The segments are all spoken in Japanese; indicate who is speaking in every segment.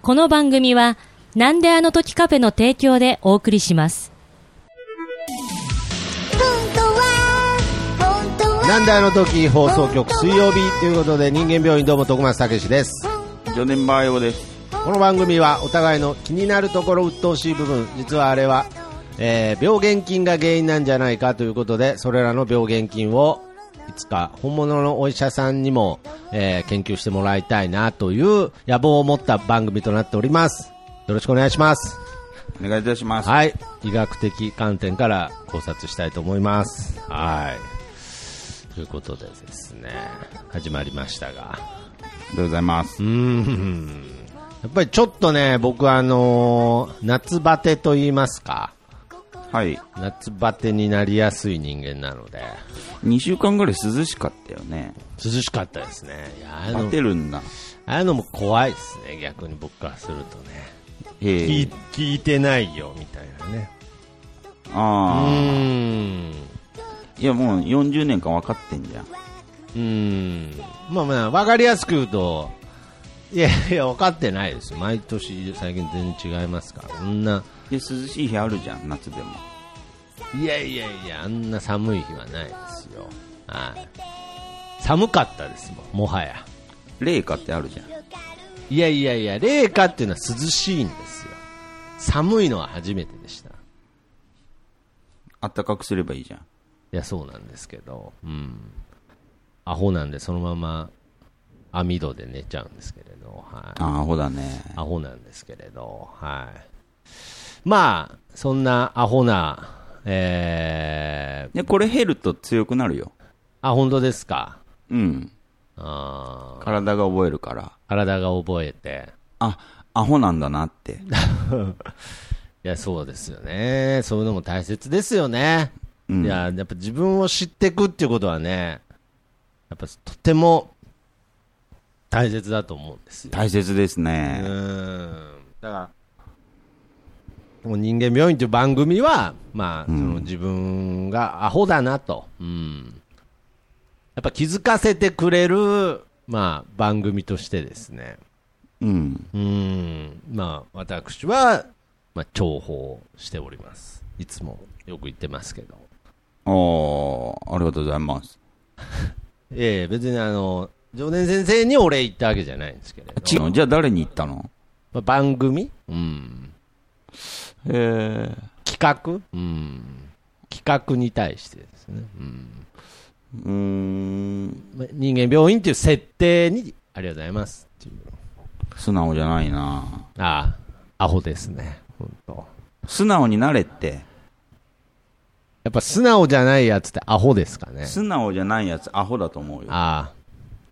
Speaker 1: この番組は、なんであの時カフェの提供でお送りします。
Speaker 2: なんであの時放送局水曜日ということで人間病院どうも徳松武史です
Speaker 3: ジョネンバーオです。
Speaker 2: この番組はお互いの気になるところ鬱陶しい部分実はあれは、えー病原菌が原因なんじゃないかということでそれらの病原菌をいつか本物のお医者さんにも、えー研究してもらいたいなという野望を持った番組となっておりますよろしくお願いします
Speaker 3: お願いいたします。
Speaker 2: はい医学的観点から考察したいと思いますはいということでですね始まりましたが
Speaker 3: ありがとうございます。
Speaker 2: やっぱりちょっとね、僕はあのー夏バテと言いますか、
Speaker 3: はい。
Speaker 2: 夏バテになりやすい人間なので、
Speaker 3: 2週間ぐらい涼しかったよね。
Speaker 2: 涼しかったですね。いやああいう
Speaker 3: 当
Speaker 2: の
Speaker 3: てるんだ。
Speaker 2: ああいうのも怖いですね、逆に僕からするとね。
Speaker 3: え
Speaker 2: 聞
Speaker 3: え
Speaker 2: い聞いてないよ、みたいなね。う
Speaker 3: あ
Speaker 2: ーん。
Speaker 3: あ。いやもう40年間分かってんじゃん。
Speaker 2: うーん。まあまあ、わかりやすく言うと、いやいや、分かってないです。毎年、最近全然違いますから。そんな、
Speaker 3: で、涼しい日あるじゃん、夏でも。
Speaker 2: いやいやいや、あんな寒い日はないですよ。はい。寒かったですもん、もはや。
Speaker 3: 冷夏ってあるじゃん。
Speaker 2: いやいやいや、冷夏っていうのは涼しいんですよ。寒いのは初めてでした。い
Speaker 3: 暖かくすればいいじゃん。
Speaker 2: や、そうなんですけど、うん。アホなんで、そのまま網戸で寝ちゃうんですけれど、はい。
Speaker 3: ああ、ほだね。
Speaker 2: アホなんですけれど、はい。まあ、そんなアホな、えー、
Speaker 3: で、これ減ると強くなるよ。
Speaker 2: あ、本当ですか。
Speaker 3: うん。
Speaker 2: あー
Speaker 3: 体が覚えるから。
Speaker 2: 体が覚えて、
Speaker 3: あ、アホなんだなって。
Speaker 2: いや、そうですよね。そういうのも大切ですよね。
Speaker 3: うん
Speaker 2: いや、やっぱ自分を知っていくっていうことはね、やっぱとても大切だと思うんですよ。
Speaker 3: 大切です
Speaker 2: う
Speaker 3: ね。
Speaker 2: ん。だから、もう人間病院という番組は、まあ、その自分がアホだなと。うん。やっぱ気づかせてくれる、まあ、番組としてですね。
Speaker 3: うん。
Speaker 2: うん、まあ、私は、まあ、重宝しております。いつもよく言ってますけど。
Speaker 3: おー、ありがとうございます。
Speaker 2: ええ別にあの、常年先生にお礼言ったわけじゃないんですけれど。
Speaker 3: 違う。じゃあ誰に言ったの
Speaker 2: まあ、番組うん。
Speaker 3: へえ。
Speaker 2: 企画うん。企画に対してですね。うん。
Speaker 3: うーん。
Speaker 2: まあ人間病院っていう設定に、ありがとうございますっていう。
Speaker 3: 素直じゃないな
Speaker 2: ああ、アホですね。本当。
Speaker 3: 素直になれって
Speaker 2: やっぱ素直じゃないやつってアホですかね。
Speaker 3: 素直じゃないやつアホだと思うよ
Speaker 2: ああ、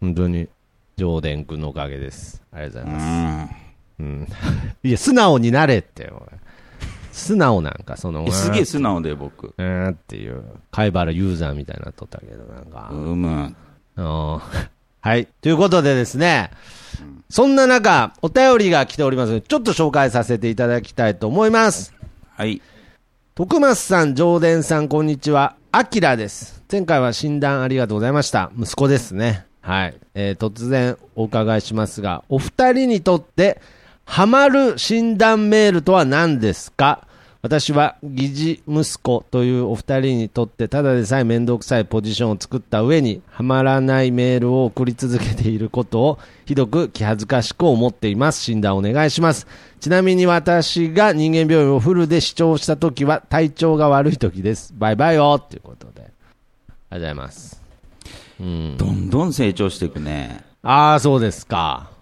Speaker 2: 本当に、上田君のおかげです。ありがとうございます。うん。いや、素直になれってよ。素直なんか、その、
Speaker 3: うんすげえ素直で僕
Speaker 2: うーんっていう、貝原ユーザーみたいになっとったけど、なんか
Speaker 3: う。む
Speaker 2: うん はい。ということでですね、そんな中、お便りが来ておりますので、ちょっと紹介させていただきたいと思います。
Speaker 3: はい
Speaker 2: 徳松さん、上田さん、こんにちは。アキラです。前回は診断ありがとうございました。息子ですね。はい。えー突然お伺いしますが、お二人にとって、ハマる診断メールとは何ですか私は疑似息子というお二人にとってただでさえ面倒くさいポジションを作った上にはまらないメールを送り続けていることをひどく気恥ずかしく思っています診断お願いしますちなみに私が人間病院をフルで視聴した時は体調が悪い時ですバイバイよということでありがとうございますうん
Speaker 3: どんどん成長していくね
Speaker 2: ああそうですか、
Speaker 3: うん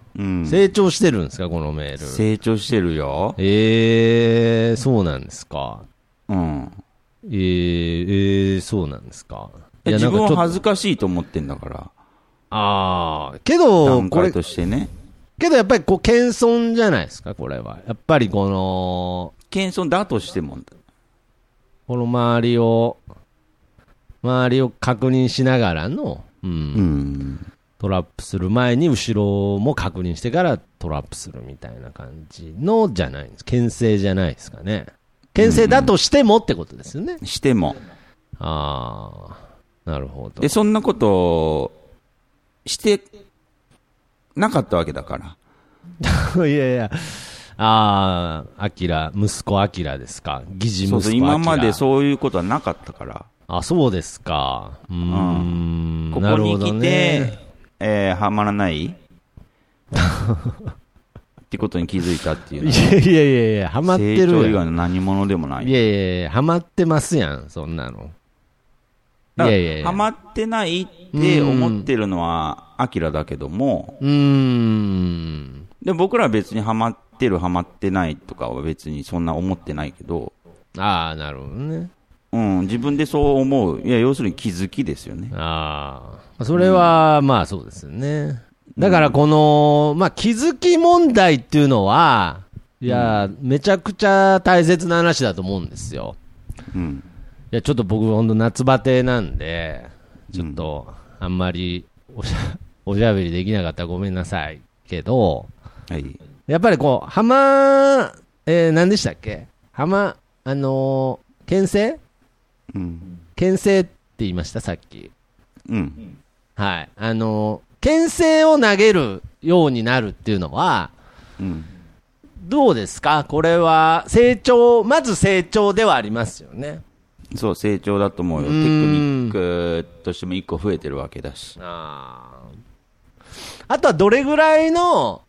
Speaker 2: 成長してるんですかこのメール
Speaker 3: 成長してるよ
Speaker 2: えー、そうなんですか
Speaker 3: うん
Speaker 2: えー、えー、そうなんですか。
Speaker 3: え自分
Speaker 2: なんかちょ
Speaker 3: は
Speaker 2: っと
Speaker 3: 恥ずかしいと思ってんだから
Speaker 2: ああ、けど、
Speaker 3: 段
Speaker 2: これ
Speaker 3: 階、としてね
Speaker 2: けどやっぱりこう、謙遜じゃないですか、これは。やっぱりこの、
Speaker 3: 謙遜だとしても
Speaker 2: この周りを、周りを確認しながらの、うん、
Speaker 3: うん
Speaker 2: トラップする前に後ろも確認してからトラップするみたいな感じのじゃないんです。牽制じゃないですかね。牽制だとしてもってことですよね。
Speaker 3: しても
Speaker 2: ああ、なるほど
Speaker 3: で。そんなことしてなかったわけだから
Speaker 2: いやいや、ああ、アキラ、息子アキラですか。疑似息
Speaker 3: そ
Speaker 2: 子
Speaker 3: う
Speaker 2: アキ
Speaker 3: そう、
Speaker 2: ラ。
Speaker 3: 今までそういうことはなかったから、
Speaker 2: あ、そうですか。うーん。
Speaker 3: こ
Speaker 2: な
Speaker 3: こ
Speaker 2: るほ
Speaker 3: に
Speaker 2: ど
Speaker 3: 来て、
Speaker 2: ね。
Speaker 3: えーはまらない ってことに気づいたっていう
Speaker 2: い
Speaker 3: のは
Speaker 2: やいやいやいや、ハマって
Speaker 3: 成長
Speaker 2: る
Speaker 3: 以
Speaker 2: や
Speaker 3: 外
Speaker 2: ん。
Speaker 3: の何者でもない
Speaker 2: い。やいやいや、ハマってますやん、そんなの。い
Speaker 3: だから
Speaker 2: やいやいや。
Speaker 3: ハマってないって思ってるのは、アキラだけども、
Speaker 2: うーん。
Speaker 3: で僕らは別にハマってる、ハマってないとかは別にそんな思ってないけど、
Speaker 2: ああ、なるほどね。
Speaker 3: うん、自分でそう思う。いや、要するに気づきですよね。
Speaker 2: ああ。それは、まあそうですよね。だからこの、まあ気づき問題っていうのは、いや、めちゃくちゃ大切な話だと思うんですよ。
Speaker 3: うん。
Speaker 2: いや、ちょっと僕、ほんと夏バテなんで、ちょっと、あんまりおしゃ、 おしゃべりできなかったらごめんなさいけど、
Speaker 3: はい。
Speaker 2: やっぱりこう、浜、えー、何でしたっけ浜、あのー、牽制
Speaker 3: うん。
Speaker 2: 牽制って言いました、さっき。
Speaker 3: うん。
Speaker 2: はい。あのー、牽制を投げるようになるっていうのは、
Speaker 3: うん。
Speaker 2: どうですかこれは、成長、まず成長ではありますよね。
Speaker 3: そう、成長だと思うよ。
Speaker 2: う
Speaker 3: テ
Speaker 2: ん
Speaker 3: クニックとしても一個増えてるわけだし。
Speaker 2: あーあとはどれぐらいの、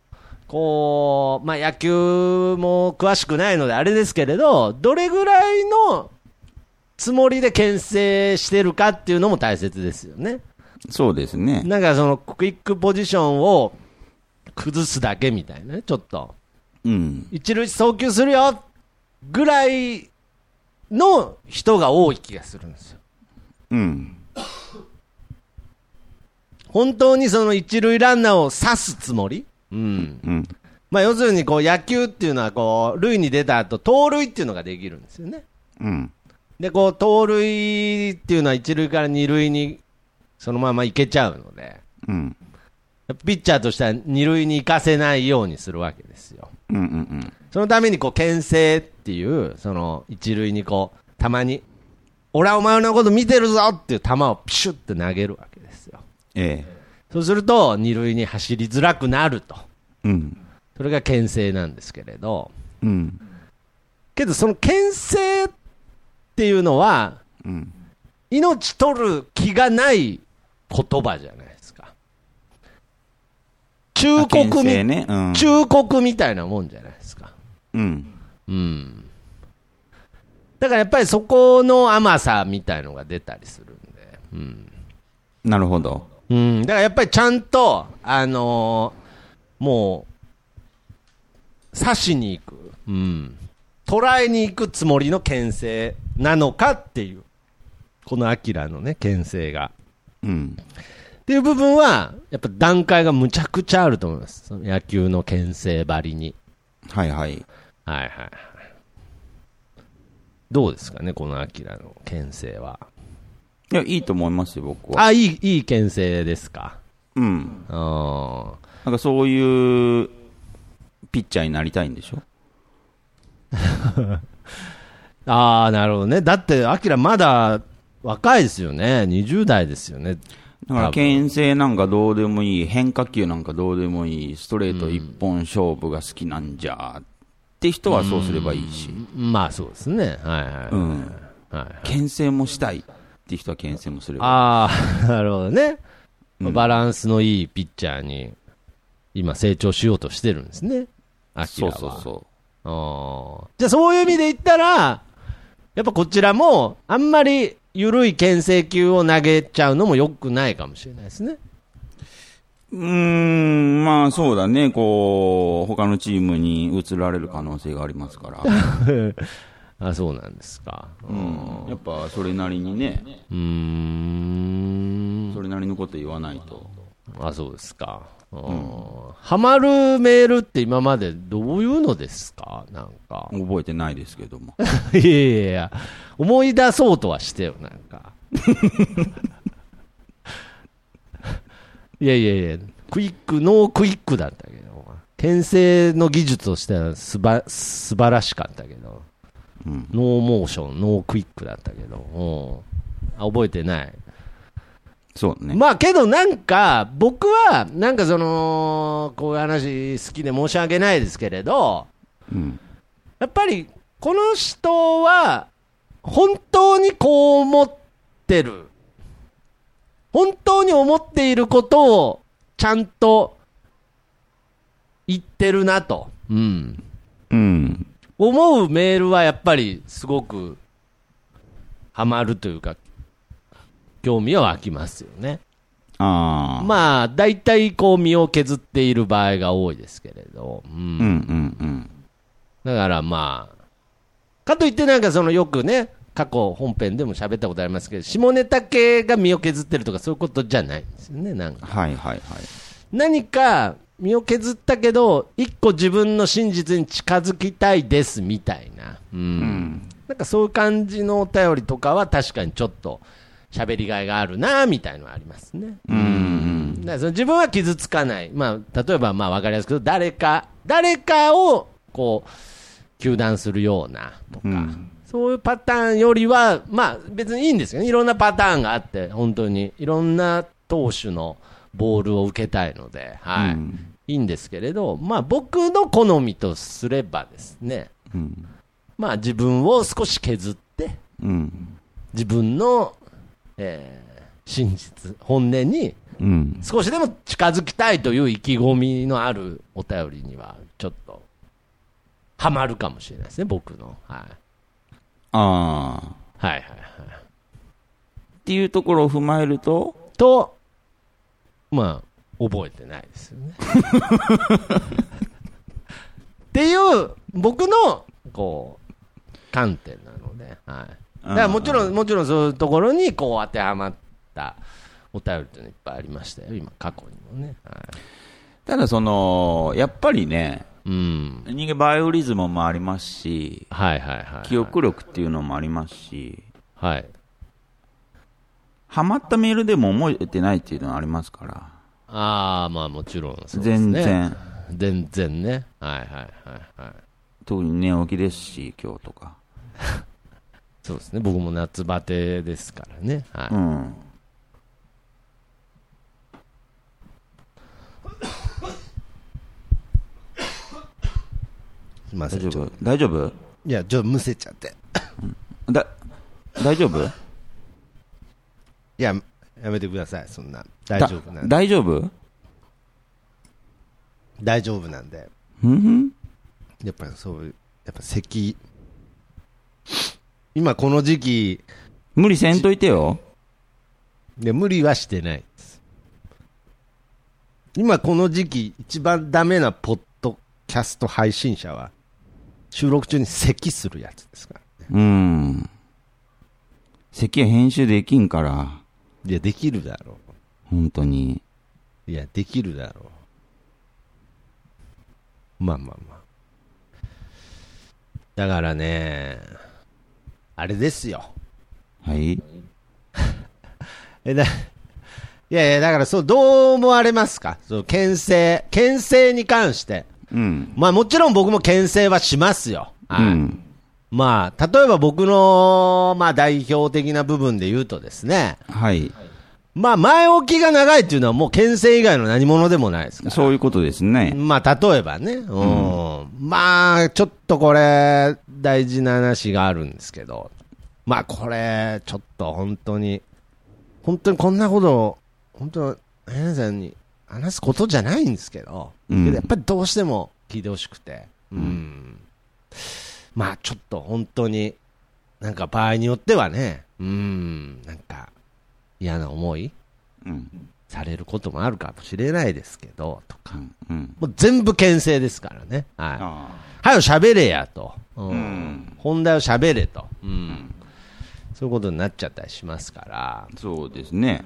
Speaker 2: こう、まあ、野球も詳しくないのであれですけれど、どれぐらいのつもりで牽制してるかっていうのも大切ですよね。
Speaker 3: そうですね。
Speaker 2: なんかそのクイックポジションを崩すだけみたいなね、ちょっと。
Speaker 3: うん。
Speaker 2: 一塁送球するよぐらいの人が多い気がするんですよ。
Speaker 3: うん。
Speaker 2: 本当にその一塁ランナーを刺すつもりうん。
Speaker 3: うん。
Speaker 2: まあ、要するにこう野球っていうのはこう塁に出た後盗塁っていうのができるんですよね。
Speaker 3: うん。
Speaker 2: でこう盗塁っていうのは一塁から二塁にそのまま行けちゃうので
Speaker 3: うん。
Speaker 2: ピッチャーとしては二塁に行かせないようにするわけですよ。
Speaker 3: うん。うん。
Speaker 2: そのためにこう牽制っていうその一塁にこうたまに「俺はお前のこと見てるぞ!」っていう球をピシュって投げるわけですよ。
Speaker 3: え
Speaker 2: そうすると二塁に走りづらくなると
Speaker 3: え。うん。
Speaker 2: それが牽制なんですけれど。
Speaker 3: うん。
Speaker 2: けどその牽制っていうのは
Speaker 3: うん。
Speaker 2: 命取る気がない言葉じゃないですか忠告
Speaker 3: まあ牽
Speaker 2: み、
Speaker 3: 制ね。うん。
Speaker 2: 忠告みたいなもんじゃないですか
Speaker 3: うん。
Speaker 2: うんだからやっぱりそこの甘さみたいのが出たりするんでうん、
Speaker 3: なるほど。
Speaker 2: うん、だからやっぱりちゃんとあのーもう刺しに行くうん捉えに行くつもりの牽制なのかっていう、このアキラのね、牽制が。
Speaker 3: うん。
Speaker 2: っていう部分は、やっぱ段階がむちゃくちゃあると思います。その野球の牽制ばりに。
Speaker 3: はいは
Speaker 2: は
Speaker 3: い。
Speaker 2: いはいはい。どうですかね、このアキラの牽制は。
Speaker 3: いや、いいと思いますよ、僕は。
Speaker 2: あ、いい、いい牽制ですか。
Speaker 3: うん。
Speaker 2: うん。あ
Speaker 3: なんかそういう、ピッチャーになりたいんでしょ
Speaker 2: あー、なるほどね。だって、アキラまだ若いですよね。20代ですよね。
Speaker 3: だか
Speaker 2: 多
Speaker 3: ら、
Speaker 2: 分
Speaker 3: 牽制なんかどうでもいい、変化球なんかどうでもいい、ストレート一本勝負が好きなんじゃ、って人はそうすればいいし、
Speaker 2: まあそうですね。はいはい。
Speaker 3: うん。
Speaker 2: はい
Speaker 3: 牽制もしたいって人は牽制もすれば
Speaker 2: ああ、なるほどね。
Speaker 3: うん
Speaker 2: バランスのいいピッチャーに、今成長しようとしてるんですね。
Speaker 3: いい。
Speaker 2: アキ
Speaker 3: そ
Speaker 2: ラ
Speaker 3: う
Speaker 2: は
Speaker 3: そうそう。
Speaker 2: あーじゃあそういう意味で言ったら、やっぱこちらも、あんまり緩い牽制球を投げちゃうのも良くないかもしれないですね。
Speaker 3: うーん、まあそうだね、こう、他のチームに移られる可能性がありますから、
Speaker 2: あそうなんですか。う
Speaker 3: うん、やっぱそれなりにね、
Speaker 2: ーん。
Speaker 3: それなりのこと言わないと。
Speaker 2: あ、そうですか。うんハマるメールって今までどういうのですかなんか。
Speaker 3: 覚えてないですけども。
Speaker 2: いやいやいや、思い出そうとはしてよ、なんか。 いやいやいや、クイック、ノークイックだったけど、お前牽制の技術としてはすば素晴らしかったけど、
Speaker 3: うん、
Speaker 2: ノーモーション、ノークイックだったけど、うんあ覚えてない。
Speaker 3: そうね。
Speaker 2: まあけどなんか、僕は、なんかその、こういう話好きで申し訳ないですけれど、
Speaker 3: うん。
Speaker 2: やっぱり、この人は、本当にこう思ってる。本当に思っていることを、ちゃんと、言ってるなと。うん。
Speaker 3: うん。
Speaker 2: 思うメールはやっぱり、すごく、ハマるというか、興味は湧きますよね。
Speaker 3: ああ。
Speaker 2: まあ、大体こう身を削っている場合が多いですけれど。うん
Speaker 3: うんうんうん。
Speaker 2: だからまあ、かといってなんかそのよくね、過去本編でも喋ったことありますけど、下ネタ系が身を削ってるとかそういうことじゃないんですよね、なんか。
Speaker 3: はいはいはい。
Speaker 2: 何か身を削ったけど、一個自分の真実に近づきたいですみたいな。うん。なんかそういう感じのお便りとかは確かにちょっと喋りがいがあるな、みたいのはありますね。
Speaker 3: うんうん。
Speaker 2: だからその自分は傷つかない、まあ、例えばまあ分かりやすく言うと誰か、誰かをこう、糾弾するようなとか、
Speaker 3: うん
Speaker 2: そういうパターンよりは、まあ、別にいいんですよね、いろんなパターンがあって、本当に、いろんな投手のボールを受けたいので、はい
Speaker 3: うん
Speaker 2: いいんですけれど、まあ、僕の好みとすればですね、
Speaker 3: うん。
Speaker 2: まあ、自分を少し削って、
Speaker 3: うん。
Speaker 2: 自分の、えー真実、本音に
Speaker 3: うん。
Speaker 2: 少しでも近づきたいという意気込みのあるお便りには、ちょっと、ハマるかもしれないですね、僕の。はい。
Speaker 3: あ
Speaker 2: は
Speaker 3: あ。
Speaker 2: いはいは
Speaker 3: っていうところを踏まえると、
Speaker 2: い。と、まあ、覚えてないですよね。っていう、僕の、こう、観点なので、はい。だからもちろん、もちろんそういうところに、こう、当てはまったお便りっていうのいっぱいありましたよ、今、過去にもね。はい。
Speaker 3: ただその、やっぱりね、
Speaker 2: うん。
Speaker 3: 人間バイオリズムもありますし、
Speaker 2: はいはいはいはい。
Speaker 3: 記憶力っていうのもありますし、
Speaker 2: はい。
Speaker 3: ハマったメールでも覚えてないっていうのはありますから、
Speaker 2: ああ、まあもちろんそうです
Speaker 3: 全
Speaker 2: ね。。
Speaker 3: 然、
Speaker 2: 全然ね。はいはいはいはい。
Speaker 3: 特に寝起きですし、今日とか。
Speaker 2: そうですね。僕も夏バテですからね。はい。
Speaker 3: うん。
Speaker 4: すいませ
Speaker 3: 大
Speaker 4: ん。
Speaker 3: 丈
Speaker 4: ちょ
Speaker 3: 夫大丈夫
Speaker 4: いや、ちょっとむせちゃって。
Speaker 3: だ、大丈夫
Speaker 4: いや、やめてください、そんな。大丈夫なんで。
Speaker 3: だ大丈夫
Speaker 4: 大丈夫なんで。
Speaker 3: うん
Speaker 4: やっぱりそういう、やっぱ咳。今この時期、
Speaker 3: 無理せんといてよ。
Speaker 4: で無理はしてないです。今この時期、一番ダメなポッドキャスト配信者は、収録中に咳するやつですから。
Speaker 3: うん。咳は編集できんから、
Speaker 4: いや、できるだろ
Speaker 3: 本当に。
Speaker 4: う。いや、できるだろう。まあまあまあ。だからね、あれですよ。
Speaker 3: はい
Speaker 4: え、だ、いやいや、だからそう、どう思われますかそう、牽制、牽制に関して。
Speaker 3: うん。
Speaker 4: まあもちろん僕も牽制はしますよ。
Speaker 3: う
Speaker 4: はい
Speaker 3: ん。
Speaker 4: まあ、例えば僕の、まあ代表的な部分で言うとですね、
Speaker 3: はい。
Speaker 4: まあ前置きが長いっていうのはもう牽制以外の何者でもないですから。
Speaker 3: そういうことですね。
Speaker 4: まあ例えばね、うん、まあちょっとこれ大事な話があるんですけど、まあこれちょっと本当に、本当にこんなことを、本当、皆さんに話すことじゃないんですけど、
Speaker 3: うん
Speaker 4: けどやっぱりどうしても聞いてほしくて、うん、まあちょっと本当に、なんか場合によってはね、うん、なんか嫌な思い
Speaker 3: うん。
Speaker 4: されることもあるかもしれないですけど、とか。
Speaker 3: うん。
Speaker 4: もう全部牽制ですからね。はい。
Speaker 3: あ
Speaker 4: はよ喋れやと。うん
Speaker 3: ん
Speaker 4: 本題を喋れと。そういうことになっちゃったりしますから。
Speaker 3: あ。そうですね。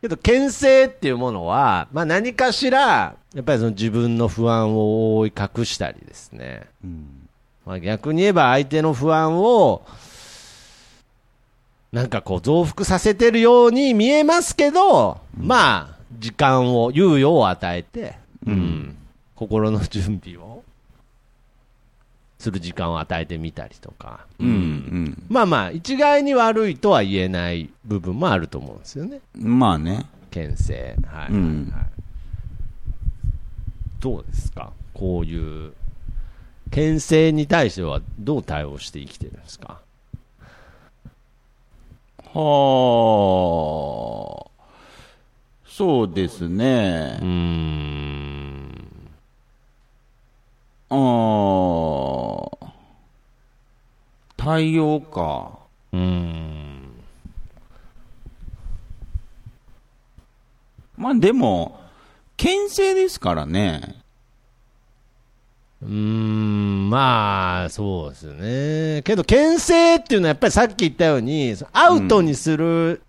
Speaker 4: けど、牽制っていうものは、まあ何かしら、やっぱりその自分の不安を覆い隠したりですね。
Speaker 3: うん。
Speaker 4: まあ逆に言えば相手の不安を、なんかこう増幅させてるように見えますけど、まあ、時間を、猶予を与えて、
Speaker 3: うん。
Speaker 4: 心の準備をする時間を与えてみたりとか、
Speaker 3: うん。うん。
Speaker 4: まあまあ、一概に悪いとは言えない部分もあると思うんですよね、
Speaker 3: まあね。
Speaker 4: 牽制、はいはいはい
Speaker 3: うん
Speaker 4: どうですか、こういう
Speaker 2: 牽制に対してはどう対応して生きてるんですか
Speaker 3: はあ。そうですね。
Speaker 2: うーん。
Speaker 3: ああ。対応か。
Speaker 2: うーん。
Speaker 3: まあでも、牽制ですからね。
Speaker 2: うーん、まあ、そうですね。けど、牽制っていうのはやっぱりさっき言ったように、アウトにする、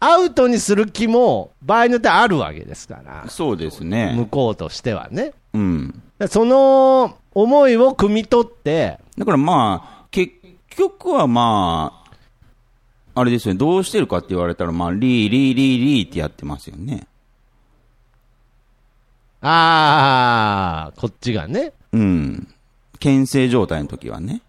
Speaker 2: アウトにする気も場合によってあるわけですから、
Speaker 3: そうです
Speaker 2: 向
Speaker 3: ね。
Speaker 2: こうとしてはね。
Speaker 3: うん。
Speaker 2: だからその思いを汲み取って、
Speaker 3: だからまあ、結局はまあ、あれですよね、どうしてるかって言われたら、まあ、リー、リー、リー、リーってやってますよね。
Speaker 2: ああ、こっちがね、
Speaker 3: うん。牽制状態の時はね。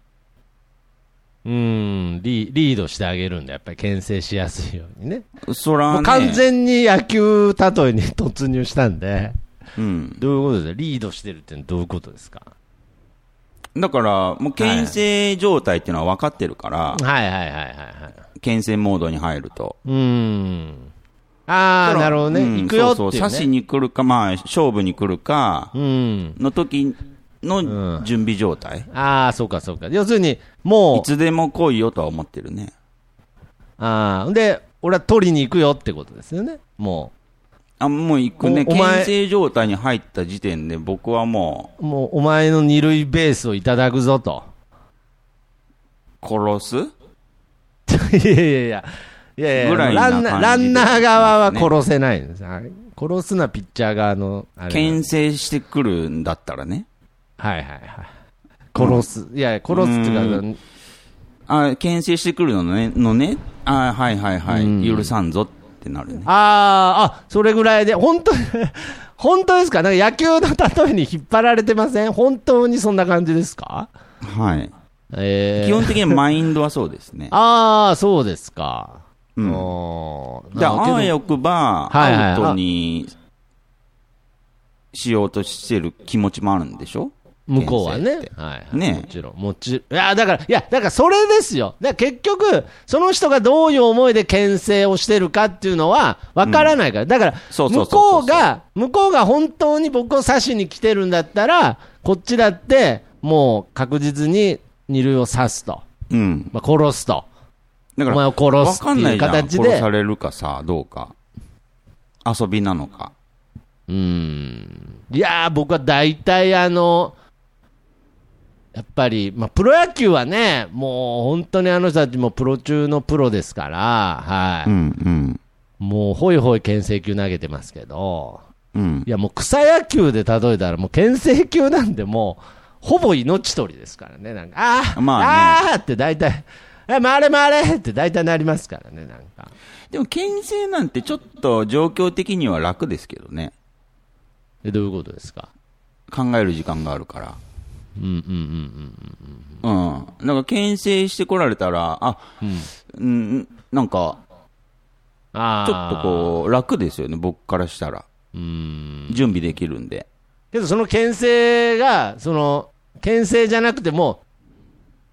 Speaker 2: うーんリ、リードしてあげるんだ、やっぱり牽制しやすいようにね。
Speaker 3: そら、
Speaker 2: も
Speaker 3: ね、
Speaker 2: う完全に野球例えに突入したんで、
Speaker 3: うん。
Speaker 2: どういうことですかリードしてるってどういうことですか
Speaker 3: だから、もう牽制状態っていうのは分かってるから、
Speaker 2: はいはいはいはいはい。
Speaker 3: 牽制モードに入ると。
Speaker 2: うーん。ああ、なるほどね。
Speaker 3: うん
Speaker 2: 行くよってい、
Speaker 3: そうう
Speaker 2: ね。
Speaker 3: そう、刺しに来るか、まあ、勝負に来るか
Speaker 2: う、ん。
Speaker 3: の時
Speaker 2: う
Speaker 3: の
Speaker 2: ん
Speaker 3: 準備状態。
Speaker 2: ああ、そうかそうか。要するに、
Speaker 3: い
Speaker 2: もう、
Speaker 3: つでも来いよとは思ってるね。
Speaker 2: ああ、で、俺は取りに行くよってことですよね。も
Speaker 3: あ、もう行くね。
Speaker 2: おお前
Speaker 3: 牽制状態に入った時点で僕はも
Speaker 2: う、もう、お前の二塁ベースをいただくぞと。
Speaker 3: う、殺す
Speaker 2: いやいやいや。いやいや
Speaker 3: ぐらいな
Speaker 2: ランナー、ラ
Speaker 3: 感じで
Speaker 2: ンナー側は殺せないんです。はい殺すのはピッチャー側の、あれなんで
Speaker 3: 牽制してくるんだったらね。
Speaker 2: はいはいはい。殺す。いやいや、殺すっていうか、
Speaker 3: あ、牽制してくるのね、のね。あ、はいはいは
Speaker 2: うん
Speaker 3: い。許さんぞって なるね。
Speaker 2: あーあ、それぐらいで、本当に、 本当ですかなんか野球の例えに引っ張られてません本当にそんな感じですか
Speaker 3: はい。
Speaker 2: ええ。
Speaker 3: 基本的にマインドはそうですね
Speaker 2: ああ、そうですか。
Speaker 3: う。
Speaker 2: うんん。
Speaker 3: じゃ
Speaker 2: なるほ
Speaker 3: あ、
Speaker 2: ど
Speaker 3: あわよくば、
Speaker 2: はいはい
Speaker 3: アウトにしようとしてる気持ちもあるんでしょ
Speaker 2: 向こうはね
Speaker 3: 牽制っ。て
Speaker 2: はい、はい。
Speaker 3: ね
Speaker 2: もちろん。もちろん。いや、だから、いや、だからそれですよ。だから結局、その人がどういう思いで牽制をしてるかっていうのは、わからないから。だから、
Speaker 3: そうそう
Speaker 2: 向
Speaker 3: そう
Speaker 2: こ
Speaker 3: そう
Speaker 2: うが、向こうが本当に僕を刺しに来てるんだったら、こっちだって、もう確実に二塁を刺すと。
Speaker 3: うん。
Speaker 2: まあ、殺すと。
Speaker 3: だか
Speaker 2: お前
Speaker 3: ら、
Speaker 2: を殺すって
Speaker 3: わかんな
Speaker 2: いう
Speaker 3: いじゃん
Speaker 2: 形で
Speaker 3: 殺されるかさ、どうか。遊びなのか。
Speaker 2: うーん。いやー、僕は大体あの、やっぱり、まあ、プロ野球はね、もう本当にあの人たちもプロ中のプロですから、はい。
Speaker 3: うん、
Speaker 2: もうホイホイ牽制球投げてますけど、
Speaker 3: うん。うん
Speaker 2: い。やもう草野球で例えたらもう牽制球なんでもう、ほぼ命取りですからね、なんか、あー、
Speaker 3: ま
Speaker 2: あ
Speaker 3: あ
Speaker 2: ーって大体、え、回れ回れって大体なりますからね、なんか。
Speaker 3: でも、牽制なんてちょっと状況的には楽ですけどね。
Speaker 2: えどういうことですか
Speaker 3: 考える時間があるから。
Speaker 2: うんうんうんうん。
Speaker 3: うん。だから、牽制してこられたら、あ、うん、なんか、
Speaker 2: あー
Speaker 3: ちょっとこう、楽ですよね、僕からしたら。準備できるんで。
Speaker 2: けどその牽制が、その、牽制じゃなくても、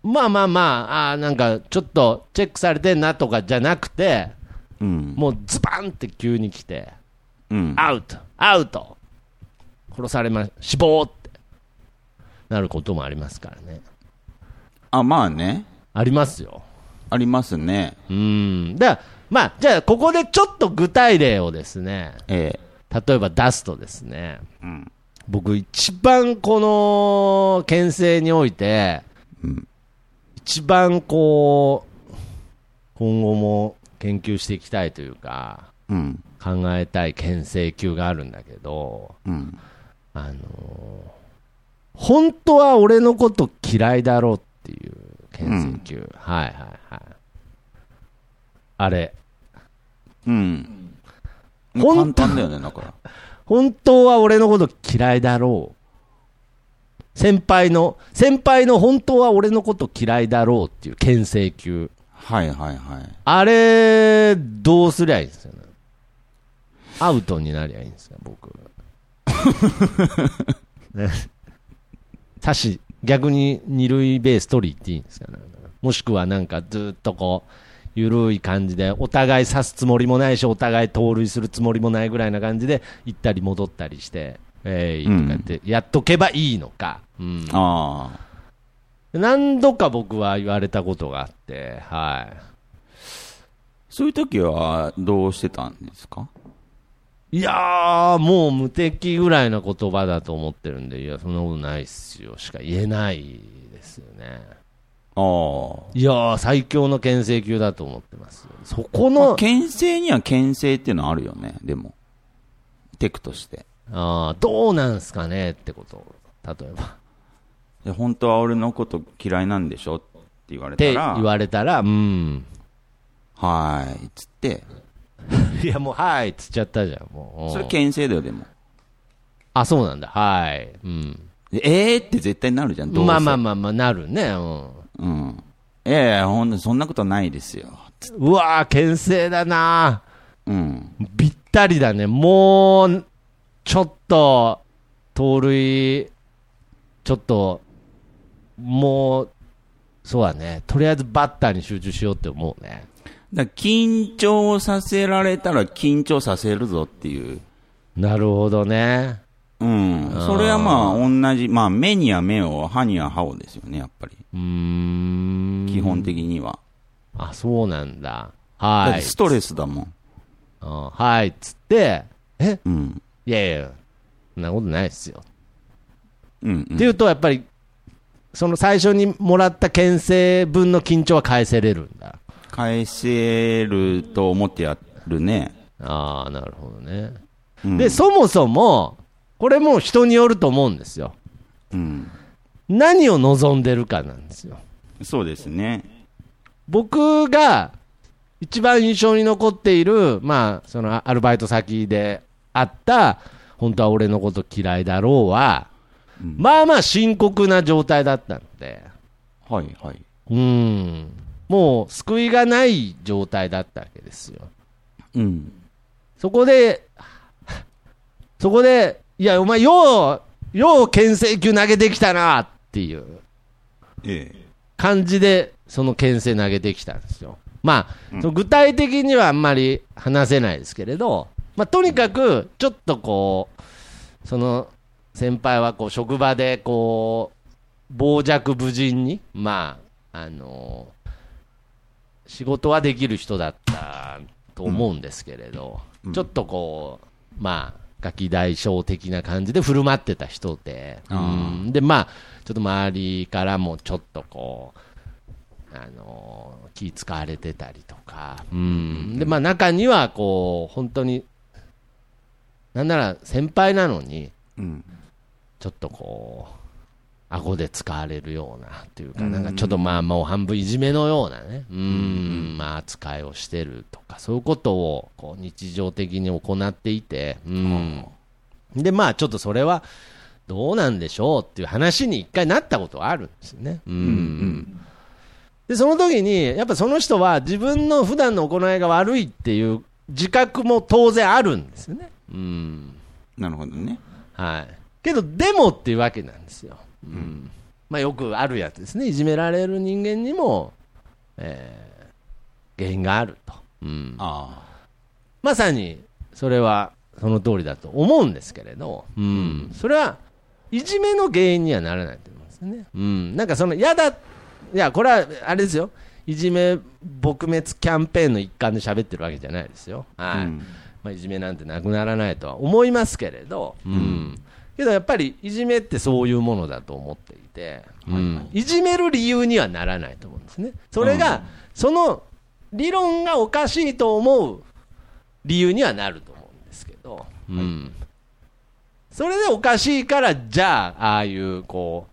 Speaker 2: まあまあまあ、あーなんかちょっとチェックされてんなとかじゃなくて、
Speaker 3: うん。
Speaker 2: もうズバンって急に来て、
Speaker 3: うん。
Speaker 2: アウト、アウト、殺されま、死亡ってなることもありますからね。
Speaker 3: あ、まあね。
Speaker 2: ありますよ。
Speaker 3: ありますね。
Speaker 2: うん。だからまあ、じゃあここでちょっと具体例をですね、
Speaker 3: ええ。
Speaker 2: 例えば出すとですね、
Speaker 3: うん。
Speaker 2: 僕一番この牽制において、
Speaker 3: うん
Speaker 2: 一番こう今後も研究していきたいというか
Speaker 3: うん。
Speaker 2: 考えたい牽制級があるんだけど
Speaker 3: うん。
Speaker 2: あのー本当は俺のこと嫌いだろうっていう牽制級、はいはいはいあれ
Speaker 3: うん。
Speaker 2: ほ
Speaker 3: 簡
Speaker 2: ん
Speaker 3: 単だよね、だから。
Speaker 2: 本当は俺のこと嫌いだろう。先輩の、先輩の本当は俺のこと嫌いだろうっていう牽制級。
Speaker 3: はいはいはい。
Speaker 2: あれ、どうすりゃいいんですよね。アウトになりゃいいんですよ、僕。ね刺し、逆に二塁ベース取りっていいんですかね。もしくはなんかずっとこう、ゆるい感じで、お互い刺すつもりもないし、お互い盗塁するつもりもないぐらいな感じで、行ったり戻ったりして、えー、とかって、やっとけばいいのか。うん。
Speaker 3: ああ。
Speaker 2: 何度か僕は言われたことがあって、はい。
Speaker 3: そういう時はどうしてたんですか
Speaker 2: いやー、もう無敵ぐらいな言葉だと思ってるんで、いや、そんなことないっすよ、しか言えないですよね。
Speaker 3: ああ。
Speaker 2: いやー、最強の牽制球だと思ってますよ。そこ
Speaker 3: まあ、
Speaker 2: の、
Speaker 3: 牽制には牽制っていうのはあるよね、でも。テクとして。
Speaker 2: あーどうなんすかねってこと、例えば。っ
Speaker 3: で本当は俺のこと嫌いなんでしょって言われ
Speaker 2: て
Speaker 3: たら、
Speaker 2: 言われたら、うん。
Speaker 3: はーい、つって、
Speaker 2: いや、もう、はい、っつっちゃったじゃん、もう。
Speaker 3: それ牽制だよ、でも。
Speaker 2: あ、そうなんだ、はい。うん。
Speaker 3: でえーって絶対なるじゃん、どうせ。
Speaker 2: まあまあまあまあ、なるね、うん。
Speaker 3: うん。ええほんとそんなことないですよ。
Speaker 2: うわー、牽制だなー。
Speaker 3: うん。
Speaker 2: ぴったりだね。もう、ちょっと、盗塁、ちょっと、もう、そうだね。とりあえずバッターに集中しようって思うね。
Speaker 3: だから緊張させられたら緊張させるぞっていう。
Speaker 2: なるほどね。
Speaker 3: うん。それはまあ同じ、まあ目には目を、歯には歯をですよね、やっぱり。
Speaker 2: うーん。
Speaker 3: 基本的には。
Speaker 2: あ、そうなんだ。
Speaker 3: だっ
Speaker 2: は
Speaker 3: て
Speaker 2: い。
Speaker 3: ストレスだもん。
Speaker 2: うんはい。っつって、え
Speaker 3: うん。
Speaker 2: いやいや、そんなことないっすよ。
Speaker 3: うん、う
Speaker 2: っ
Speaker 3: ん
Speaker 2: ていうと、やっぱり、その最初にもらった牽制分の緊張は返せれるんだ。
Speaker 3: 返せると思ってやるね。
Speaker 2: ああ、なるほどね。
Speaker 3: うん、
Speaker 2: で、そもそも、これもう人によると思うんですよ。
Speaker 3: うん。
Speaker 2: 何を望んでるかなんですよ。
Speaker 3: そうですね。
Speaker 2: 僕が一番印象に残っている、まあ、そのアルバイト先であった、本当は俺のこと嫌いだろうは、
Speaker 3: うん
Speaker 2: まあまあ深刻な状態だったので、
Speaker 3: はいはい。
Speaker 2: うん、もう救いがない状態だったわけですよ。
Speaker 3: うん。
Speaker 2: そこで、 そこで、いや、お前、よう、よう牽制球投げてきたなっていう
Speaker 3: ええ。
Speaker 2: 感じで、その牽制投げてきたんですよ。まあ、その具体的にはあんまり話せないですけれど、まあ、とにかく、ちょっとこう、その先輩はこう職場でこう、傍若無人に、まあ、あの仕事はできる人だったと思うんですけれど、ちょっとこう、まあ、ガキ大将的な感じで振る舞ってた人で、うんで、まあ、ちょっと周りからもちょっとこう、あの気使われてたりとか、うん、で、まあ、中にはこう、本当に、なんなら先輩なのに、
Speaker 3: うん。
Speaker 2: ちょっとこう、顎で使われるようなっていうか、なんかちょっとまあ、もう半分いじめのようなね、うん、まあ、扱いをしてるとか、そういうことをこう日常的に行っていて、うん。で、まあ、ちょっとそれは、どうなんでしょうっていう話に一回なったことはあるんですよね。うん
Speaker 3: うん。
Speaker 2: で、その時に、やっぱその人は自分の普段の行いが悪いっていう自覚も当然あるんですよね。うん。
Speaker 3: なるほどね。
Speaker 2: はい。けど、でもっていうわけなんですよ。うん。まあ、よくあるやつですね。いじめられる人間にも、えー原因があると。うん。
Speaker 3: あ
Speaker 2: まさに、それは、その通りだと思うんですけれど、うん。それは、いじめの原因にはならないと思うんですよね。うん。なんかその、嫌だ、いや、これは、あれですよ。いじめ撲滅キャンペーンの一環で喋ってるわけじゃないですよ。
Speaker 3: あ。
Speaker 2: はい。
Speaker 3: うん
Speaker 2: まあ、いじめなんてなくならないとは思いますけれど、うんけどやっぱりいじめってそういうものだと思っていて、うんいじめる理由にはならないと思うんですね。それが、その理論がおかしいと思う理由にはなると思うんですけど、うんそれでおかしいから、じゃあ、ああいうこ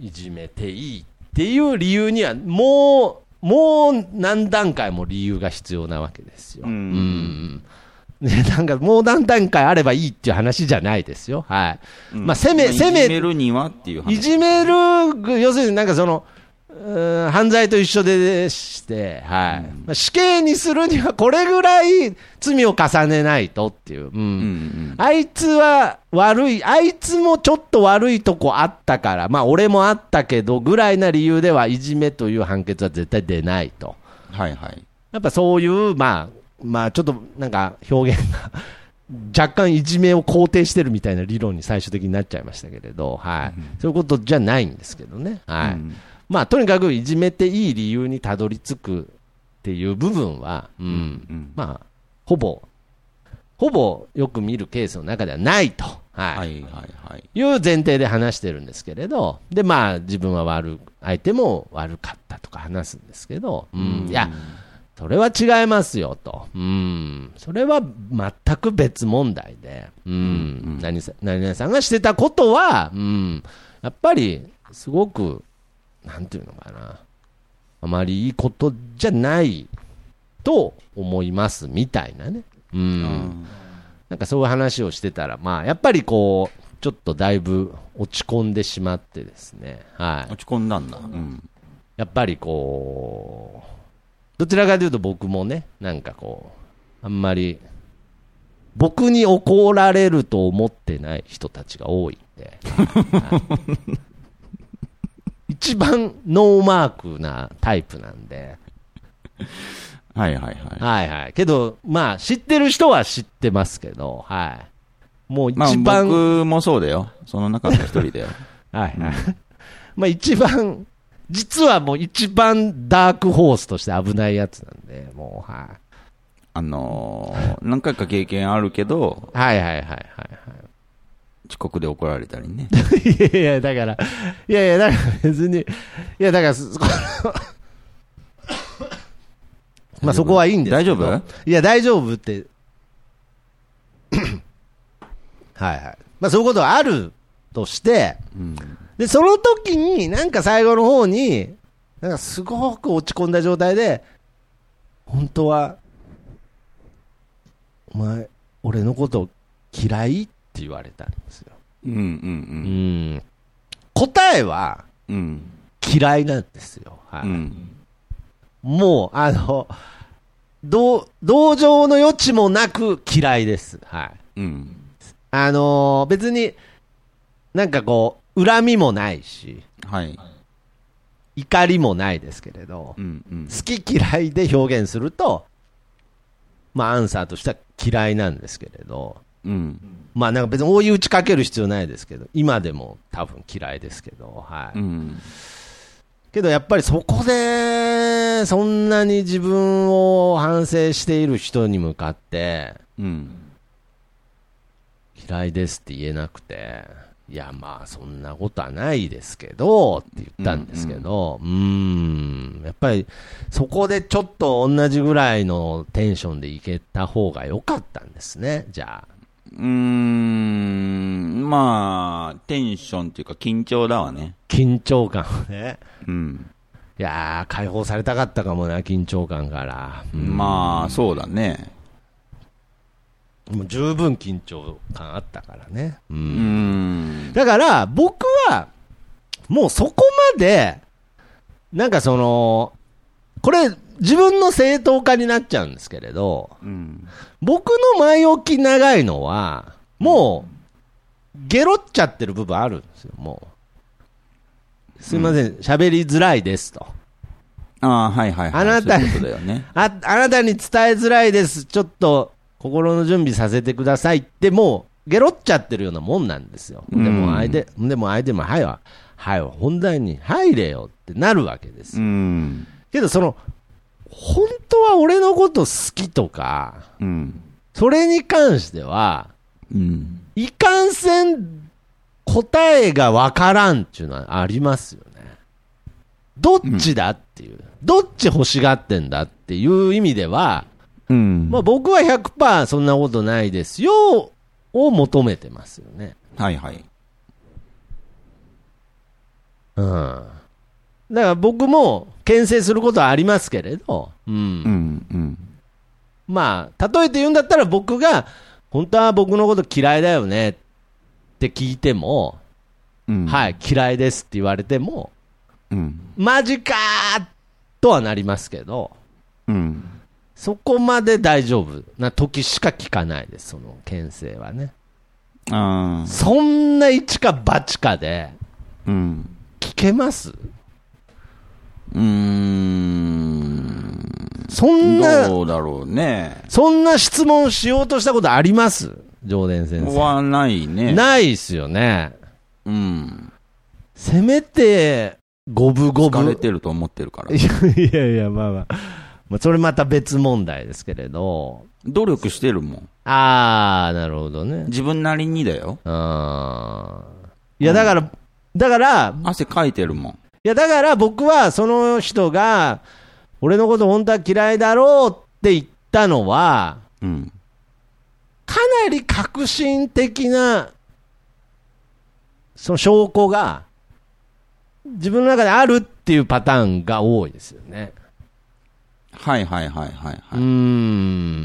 Speaker 2: う、いじめていいっていう理由には、もう、もう何段階も理由が必要なわけですよ。
Speaker 3: うん
Speaker 2: ね、なんかもう何段階あればいいっていう話じゃないですよ。はい。
Speaker 3: うん
Speaker 2: まあ、せめ、
Speaker 3: い
Speaker 2: せ
Speaker 3: じめ
Speaker 2: め、
Speaker 3: るにはっていう話。
Speaker 2: いじめる、要するになんかその、ううん犯罪と一緒でして、はいまあ死刑にするにはこれぐらい罪を重ねないとっていう、うん
Speaker 3: うんうん
Speaker 2: あいつは悪い、あいつもちょっと悪いとこあったから、まあ俺もあったけどぐらいな理由ではいじめという判決は絶対出ないと。
Speaker 3: はいはい。
Speaker 2: やっぱそういう、まあ、まあちょっとなんか表現が 若干いじめを肯定してるみたいな理論に最終的になっちゃいましたけれど、はい。そういうことじゃないんですけどね。はい。
Speaker 3: うん
Speaker 2: まあとにかくいじめていい理由にたどり着くっていう部分は、うん。
Speaker 3: うん
Speaker 2: まあ、ほぼ、ほぼよく見るケースの中ではないと。はい。
Speaker 3: はいいはいはい。
Speaker 2: う前提で話してるんですけれど、で、まあ、自分は悪、相手も悪かったとか話すんですけど、うん、いや、それは違いますよと。うん。それは全く別問題で。うん。何さ何々さんがしてたことは、うん。やっぱり、すごく、なんていうのかな。あまりいいことじゃないと思います、みたいなね。うん。なんかそういう話をしてたら、まあ、やっぱりこう、ちょっとだいぶ落ち込んでしまってですね。はい。
Speaker 3: 落ち込んだんだ。うん。
Speaker 2: やっぱりこう、どちらかというと僕もね、なんかこう、あんまり、僕に怒られると思ってない人たちが多いんで、はい一番ノーマークなタイプなんで、
Speaker 3: はいはいは
Speaker 2: はいはい。けど、まあ、知ってる人は知ってますけど、はい。もう
Speaker 3: い。まあ
Speaker 2: 一番、
Speaker 3: 僕もそうだよ。その中の一人 だよ。
Speaker 2: はいはい。まあ一番、実はもう一番ダークホースとして危ないやつなんで、もう、はい。
Speaker 3: あのー、何回か経験あるけど、
Speaker 2: はいはいはいは
Speaker 3: 遅刻で怒られたりね。
Speaker 2: い。いやいや、だから、いやいや、だから別に、いや、だからす、この まあそこはいいんです
Speaker 3: 大
Speaker 2: け
Speaker 3: 丈
Speaker 2: ど
Speaker 3: 夫はい
Speaker 2: や、大丈夫って。 はいはい。まあそういうことはあるとして、で、その時に、なんか最後の方に、なんかすごく落ち込んだ状態で、本当は、お前、俺のこと嫌いって言われたんですよ。
Speaker 3: うんうん
Speaker 2: ん。答えは、
Speaker 3: うん。うん。
Speaker 2: 嫌いなんですよ。はい。
Speaker 3: うん。
Speaker 2: もう、あの、同、同情の余地もなく嫌いです。はい。
Speaker 3: うん。
Speaker 2: あのー別に、なんかこう、恨みもないし、
Speaker 3: はい。
Speaker 2: 怒りもないですけれど、
Speaker 3: うんうん。
Speaker 2: 好き嫌いで表現すると、まあ、アンサーとしては嫌いなんですけれど、
Speaker 3: うん。
Speaker 2: まあ、なんか別に追い打ちかける必要ないですけど、今でも多分嫌いですけど、はい。
Speaker 3: うん。
Speaker 2: けどやっぱりそこで、そんなに自分を反省している人に向かって、
Speaker 3: うん。
Speaker 2: 嫌いですって言えなくて、いや、まあ、そんなことはないですけど、って言ったんですけど、うーん、やっぱり、そこでちょっと同じぐらいのテンションでいけた方が良かったんですね、じゃあ。
Speaker 3: うーん。まあ、テンションっていうか緊張だわね。
Speaker 2: 緊張感をね。
Speaker 3: うん。
Speaker 2: いやー、解放されたかったかもな、緊張感から。うん
Speaker 3: まあ、そうだね。
Speaker 2: もう十分緊張感あったからね。う。
Speaker 3: うんん。
Speaker 2: だから、僕は、もうそこまで、なんかその、これ、自分の正当化になっちゃうんですけれど、
Speaker 3: うん。
Speaker 2: 僕の前置き長いのは、もう、ゲロっちゃってる部分あるんですよ、もう。すいません、喋、りづらいですと。
Speaker 3: ああ、はいはいはい。
Speaker 2: あなた
Speaker 3: そういうことだよね。
Speaker 2: あ、あなたに伝えづらいです。ちょっと、心の準備させてくださいって、もう、ゲロっちゃってるようなもんなんですよ。で
Speaker 3: うん
Speaker 2: も、相手、でも相手も、はいわ、はいわ、本題に入れよってなるわけです
Speaker 3: う
Speaker 2: よ。
Speaker 3: ん。
Speaker 2: けど、その、本当は俺のこと好きとか、
Speaker 3: うん。
Speaker 2: それに関しては、
Speaker 3: うん。
Speaker 2: いかんせん、答えがわからんっていうのはありますよね。どっちだっていう。どっち欲しがってんだっていう意味では、
Speaker 3: うん。
Speaker 2: まあ、僕は100%そんなことないですよを求めてますよね。
Speaker 3: はいはい。
Speaker 2: うん。だから僕も牽制することはありますけれど、うん。
Speaker 3: うん。うん。
Speaker 2: まあ、例えて言うんだったら僕が、本当は僕のこと嫌いだよねって聞いても、
Speaker 3: うん。
Speaker 2: はい、嫌いですって言われても、
Speaker 3: うん。
Speaker 2: マジかーとはなりますけど、
Speaker 3: うん。
Speaker 2: そこまで大丈夫な時しか聞かないです、その牽制はね。
Speaker 3: ああ。
Speaker 2: そんな一か八かで
Speaker 3: うん。
Speaker 2: 聞けます
Speaker 3: うーん。
Speaker 2: そんな、
Speaker 3: どうだろうね。
Speaker 2: そんな質問しようとしたことあります上田先生。
Speaker 3: はないね。
Speaker 2: ないっすよね。
Speaker 3: うん。
Speaker 2: せめて、五分五
Speaker 3: 疲れ
Speaker 2: 分。
Speaker 3: てると思ってるから。
Speaker 2: いやいや、まあまあ。まあ、それまた別問題ですけれど。
Speaker 3: 努力してるもん。
Speaker 2: あー、なるほどね。
Speaker 3: 自分なりにだよ。
Speaker 2: あー。いや、だから、だから、
Speaker 3: 汗かいてるもん。
Speaker 2: いや、だから僕はその人が、俺のこと本当は嫌いだろうって言ったのは、
Speaker 3: うん。
Speaker 2: かなり革新的な、その証拠が、自分の中であるっていうパターンが多いですよね。
Speaker 3: はいはいはいはいうは
Speaker 2: ー
Speaker 3: い。
Speaker 2: ん。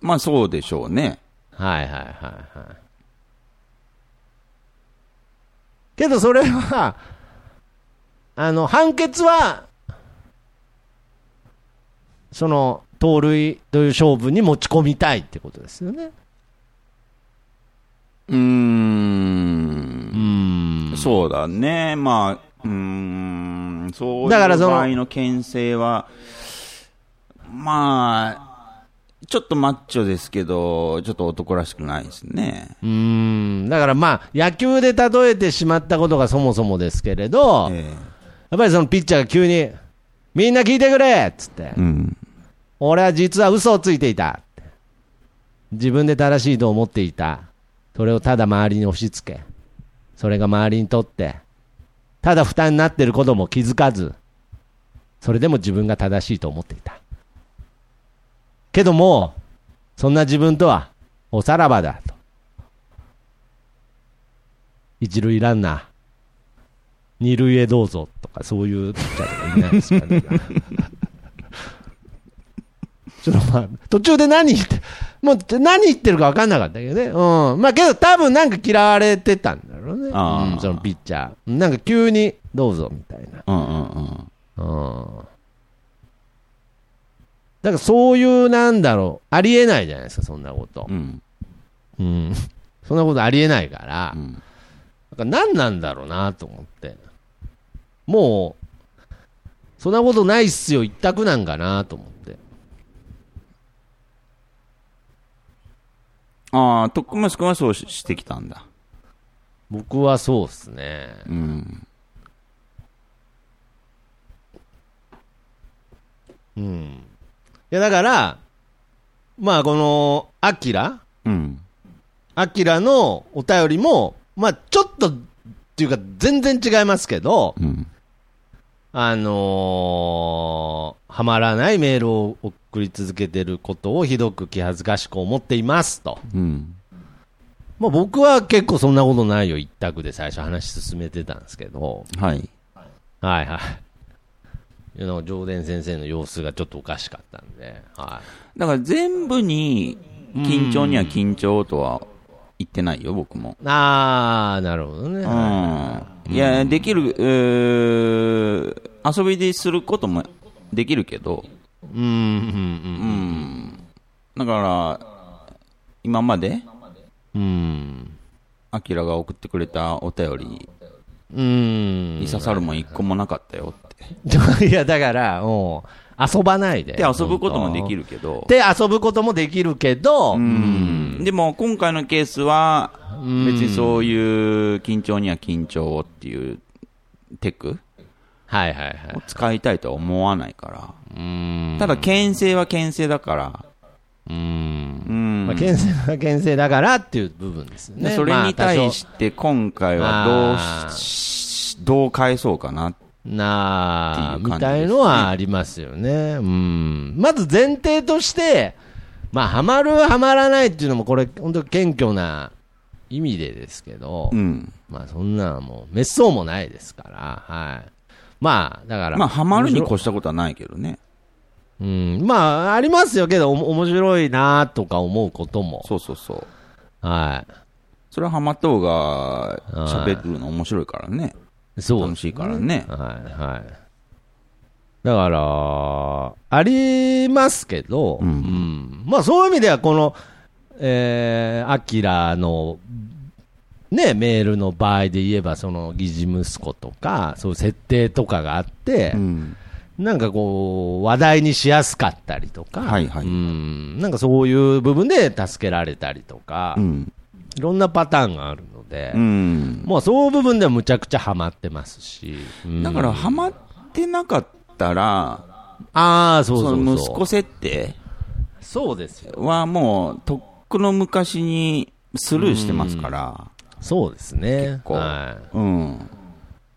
Speaker 3: まあそうでしょうね。
Speaker 2: はいはいはいはい。けどそれは、あの、判決は、その、盗塁という勝負に持ち込みたいってことですよね。
Speaker 3: うーん。
Speaker 2: うん。
Speaker 3: そうだね。まあ、うーん。そういう
Speaker 2: だからその
Speaker 3: 場合の牽制は、まあ、ちょっとマッチョですけど、ちょっと男らしくないですね。
Speaker 2: うん。だからまあ、野球で例えてしまったことがそもそもですけれど、やっ
Speaker 3: え
Speaker 2: ぱりそのピッチャーが急に、みんな聞いてくれっつって
Speaker 3: え。うん。
Speaker 2: 俺は実は嘘をついていた。自分で正しいと思っていた。それをただ周りに押し付け。それが周りにとって。ただ負担になってることも気づかず。それでも自分が正しいと思っていた。けども、そんな自分とは、おさらばだと。一塁ランナー、二塁へどうぞとか、そういうピッチャーとかいないですかね。 ちょっとまあ、途中で何言って、もう何言ってるか分かんなかったけどね。うん。まあけど多分なんか嫌われてたんだろうね。
Speaker 3: あー
Speaker 2: うん、そのピッチャー。なんか急に、どうぞみたいな。
Speaker 3: うんうんうん。
Speaker 2: うん。だからそういう、なんだろう、ありえないじゃないですか、そんなこと
Speaker 3: う。ん。
Speaker 2: うん。そんなことありえないから
Speaker 3: う、ん。
Speaker 2: なんか何なんだろうなと思って。もう、そんなことないっすよ、一択なんかなと思って。
Speaker 3: ああ、徳松君はそうししてきたんだ。
Speaker 2: 僕はそうっすね。
Speaker 3: うん。
Speaker 2: うん。いや、だから、まあ、この、アキラ
Speaker 3: うん。
Speaker 2: アキラのお便りも、まあ、ちょっと、っていうか、全然違いますけど、
Speaker 3: うん。
Speaker 2: あのーはまらないメールを送り続けてることをひどく気恥ずかしく思っていますと。
Speaker 3: うん。
Speaker 2: まあ、僕は結構そんなことないよ、一択で最初話進めてたんですけど、
Speaker 3: はい。
Speaker 2: はいはい。いやなんか上田先生の様子がちょっとおかしかったんで、はい。
Speaker 3: だから全部に、緊張には緊張とは言ってないよ、僕も。
Speaker 2: あー、なるほどね。
Speaker 3: うん。いや、できる、うー遊びですることもできるけど、
Speaker 2: うん、うん、
Speaker 3: うん。だから、今まで、
Speaker 2: うん。うん。
Speaker 3: アキラが送ってくれたお便り
Speaker 2: うん
Speaker 3: に。刺さるもん一個もなかったよって。
Speaker 2: いや、だから、もう、遊ばないで。
Speaker 3: で、遊ぶこともでき
Speaker 2: る。
Speaker 3: るけど、
Speaker 2: で、遊ぶこともできるけど、
Speaker 3: うんでも今回のケースは、別にそういう緊張には緊張をっていうテク
Speaker 2: はいはいはい。
Speaker 3: を使いたいとは思わないか
Speaker 2: うーん
Speaker 3: ら。ただ、牽制は牽制だから。
Speaker 2: うーん。
Speaker 3: うん
Speaker 2: まあ、牽制は牽制だからっていう部分ですよね。
Speaker 3: それに
Speaker 2: まあ
Speaker 3: 対
Speaker 2: 多少
Speaker 3: して今回は
Speaker 2: あ
Speaker 3: どうし、どう返そうかな。
Speaker 2: なあ、
Speaker 3: ってい
Speaker 2: み
Speaker 3: う感じです
Speaker 2: た
Speaker 3: ね
Speaker 2: いのはありますよね。うん。まず前提として、まあ、ハマる、ハマらないっていうのも、これ、本当謙虚な意味でですけど、
Speaker 3: うん。
Speaker 2: まあ、そんなのもう、滅相もないですから、はい。まあ、だから。
Speaker 3: まあ、ハマるに越したことはないけどね。
Speaker 2: うん、まあ、ありますよけど、おも面白いなとか思うことも。
Speaker 3: そうそうそう。
Speaker 2: はい。
Speaker 3: それはハマった方が喋るの面白いからね。
Speaker 2: そう
Speaker 3: 楽しいからね。
Speaker 2: はいはい。だから、ありますけど、
Speaker 3: うん
Speaker 2: うんまあそういう意味では、この、えー、アキラの、ね、メールの場合で言えば、その疑似息子とか、そういう設定とかがあって、
Speaker 3: うん
Speaker 2: なんかこう、話題にしやすかったりとか、
Speaker 3: はいはい
Speaker 2: うん、なんかそういう部分で助けられたりとか、
Speaker 3: うん。
Speaker 2: いろんなパターンがあるので、
Speaker 3: うん。
Speaker 2: もうそういう部分ではむちゃくちゃハマってますし、うん
Speaker 3: だから、ハマってなかったら、
Speaker 2: ああ、そうそう
Speaker 3: そ
Speaker 2: そう
Speaker 3: の息子設定
Speaker 2: そうですよ。
Speaker 3: はもう、とっくの昔にスルーしてますから。
Speaker 2: そうですね。
Speaker 3: 結構
Speaker 2: は
Speaker 3: うん。っ
Speaker 2: い。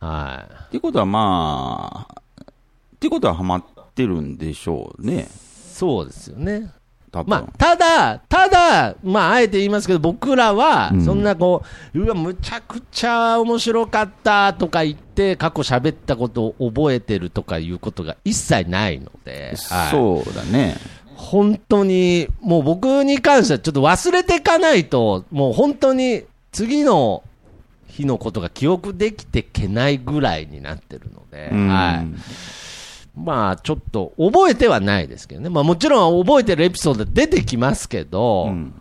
Speaker 2: はい。
Speaker 3: てことはまあ、ってことはハマってるんでしょうね。
Speaker 2: そうですよね。
Speaker 3: 多分。
Speaker 2: まあ、ただ、ただ、まあ、あえて言いますけど、僕らは
Speaker 3: う、ん
Speaker 2: そんなこう、うわ、むちゃくちゃ面白かったとか言って、過去喋ったことを覚えてるとかいうことが一切ないので、はい
Speaker 3: そうだね。
Speaker 2: 本当に、もう僕に関してはちょっと忘れていかないと、もう本当に次の日のことが記憶できてけないぐらいになってるので、
Speaker 3: うん
Speaker 2: はい。まあちょっと覚えてはないですけどね。まあもちろん覚えてるエピソード出てきますけど、
Speaker 3: うん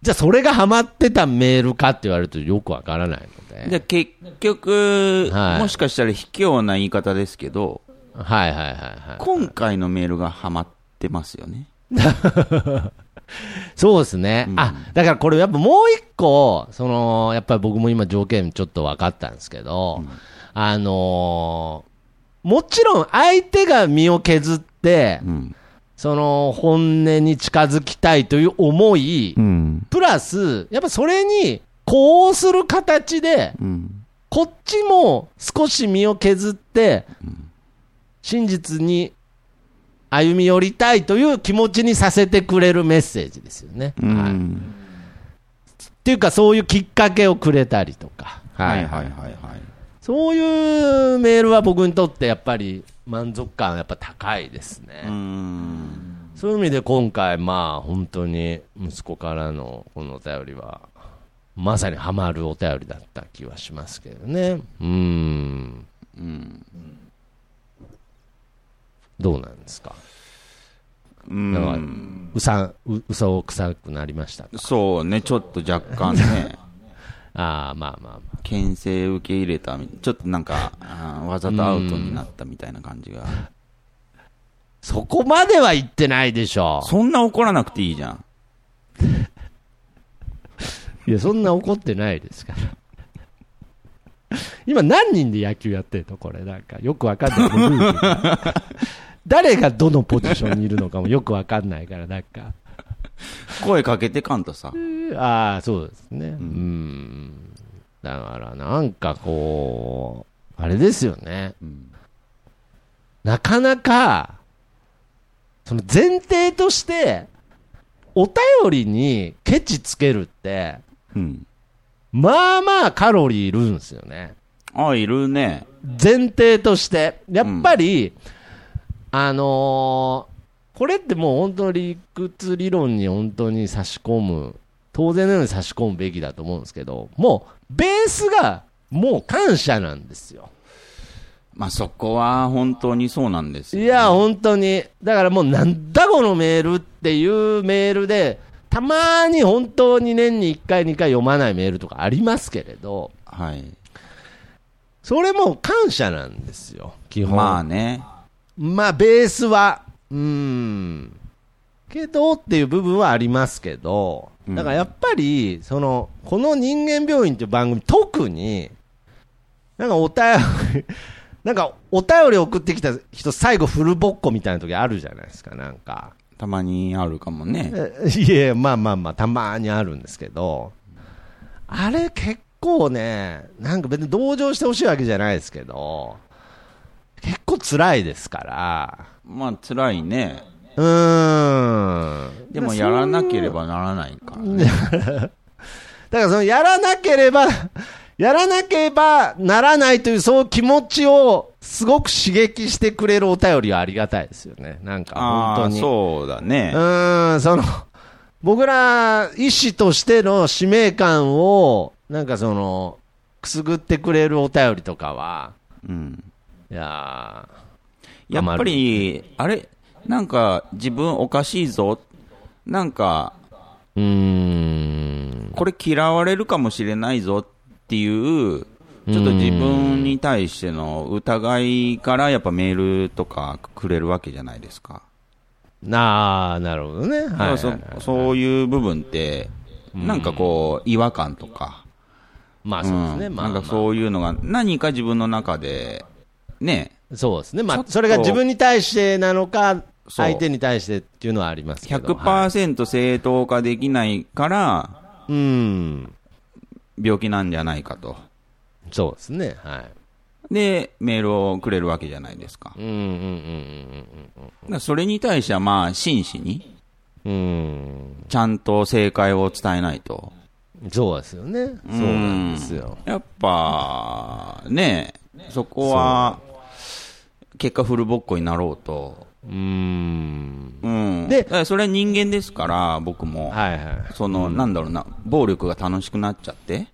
Speaker 2: じゃあそれがハマってたメールかって言われるとよくわからないの
Speaker 3: じゃ
Speaker 2: で。
Speaker 3: あ結局、
Speaker 2: はい
Speaker 3: もしかしたら卑怯な言い方ですけど、
Speaker 2: はいはいはいはい。
Speaker 3: 今回のメールがハマってますよね。
Speaker 2: そうですね。
Speaker 3: うん
Speaker 2: あ、だからこれやっぱもう一個、その、やっぱり僕も今条件ちょっと分かったんですけど、あのーもちろん相手が身を削って、
Speaker 3: うん。
Speaker 2: その本音に近づきたいという思い、
Speaker 3: ん。
Speaker 2: プラス、やっぱそれに、こうする形で、
Speaker 3: うん。
Speaker 2: こっちも少し身を削って
Speaker 3: ん、
Speaker 2: 真実に歩み寄りたいという気持ちにさせてくれるメッセージですよね。はいっていうか、そういうきっかけをくれたりとか、
Speaker 3: はいはいはいはい。
Speaker 2: そういうメールは僕にとってやっぱり満足感やっぱ高いですね。
Speaker 3: うん。
Speaker 2: そういう意味で今回、まあ本当に息子からのこのお便りは、まさにハマるお便りだった気はしますけどね。うん。
Speaker 3: うん。
Speaker 2: どうなんですか。
Speaker 3: う
Speaker 2: だから
Speaker 3: ん。
Speaker 2: うさん、う、嘘臭くなりましたか。
Speaker 3: そうね、ちょっと若 干ね、
Speaker 2: ああ、まあまあまあ。
Speaker 3: 牽制受け入れたみ、ちょっとなんか、あーわざとアウトになったみたいな感じが。
Speaker 2: そこまでは言ってないでしょ
Speaker 3: そんな怒らなくていいじゃん。
Speaker 2: いや、そんな怒ってないですから。 今何人で野球やってるのこれなんかよくわかんないもうルールが誰がどのポジションにいるのかもよくわかんないからなんか
Speaker 3: 声かけてかんとさ。
Speaker 2: ああそうですねうんだからなんかこうあれですよね
Speaker 3: うん。
Speaker 2: なかなかその前提としてお便りにケチつけるって
Speaker 3: うん。
Speaker 2: まあまあカロリーいるんですよね
Speaker 3: あ、いるね。
Speaker 2: 前提として、やっぱり、あのーこれってもう本当に理屈理論に本当に差し込む、当然のように差し込むべきだと思うんですけど、もうベースがもう感謝なんですよ。
Speaker 3: まあ、そこは本当にそうなんですよ
Speaker 2: いや、本当に。だからもうなんだこのメールっていうメールで、たまに本当に年に1回2回読まないメールとかありますけれど、
Speaker 3: はい。
Speaker 2: それも感謝なんですよ、基本。
Speaker 3: まあね。
Speaker 2: まあ、ベースは、うーん、けどっていう部分はありますけど、
Speaker 3: うん
Speaker 2: だからやっぱり、その、この人間病院っていう番組、特に、なんかお便り、 なんかお便り送ってきた人、最後フルボッコみたいな時あるじゃないですか、なんか。
Speaker 3: たまにあるかもね。
Speaker 2: えいえ、まあまあまあ、たまにあるんですけど、あれ結構ね、なんか別に同情してほしいわけじゃないですけど、結構辛いですから、
Speaker 3: まあ、辛いね。
Speaker 2: うーん。
Speaker 3: でも、やらなければならないからね。
Speaker 2: だからそのやらなければ、 やらなければならないというそういう気持ちをすごく刺激してくれるお便りはありがたいですよね。なんか本
Speaker 3: あ
Speaker 2: 当
Speaker 3: あ、
Speaker 2: に。
Speaker 3: そうだね
Speaker 2: う。ーん、その、 僕ら医師としての使命感を、なんかその、
Speaker 5: くすぐってくれるお便りとかは、
Speaker 3: うん。
Speaker 5: いやー
Speaker 3: やっぱり、あれなんか、自分おかしいぞ。なんか、
Speaker 5: うーん。
Speaker 3: これ嫌われるかもしれないぞっていう、ちょっと自分に対しての疑いからやっぱメールとかくれるわけじゃないですか。
Speaker 5: なあ、なるほどね。はいはいはい
Speaker 3: だからそそういう部分って、なんかこう、違和感とか、
Speaker 5: まあそうですね。
Speaker 3: ん
Speaker 5: まあ、
Speaker 3: なんか
Speaker 5: ま
Speaker 3: そういうのが何か自分の中で、ね、
Speaker 5: あそうですね。ま
Speaker 3: ちょ
Speaker 5: あ
Speaker 3: っ、と
Speaker 5: それが自分に対してなのか、
Speaker 3: そう
Speaker 5: 相手に対してっていうのはありますけど。はい
Speaker 3: 100%正当化できないから、
Speaker 5: うん。
Speaker 3: 病気なんじゃないかと。
Speaker 5: そうですね。はい。
Speaker 3: で、メールをくれるわけじゃないですか。
Speaker 5: うんうん
Speaker 3: だからそれに対しては、まあ、真摯に、
Speaker 5: うんうんうん。
Speaker 3: ちゃんと正解を伝えないと。
Speaker 5: うん。そうですよね。そうなんですよ。
Speaker 3: やっぱ、ねえ、そこは、結果フルボッコになろうと。
Speaker 5: うん。
Speaker 3: うん。
Speaker 5: で
Speaker 3: だからそれは人間ですから、僕も。
Speaker 5: はいはい。
Speaker 3: その、なんだろうな、暴力が楽しくなっちゃって。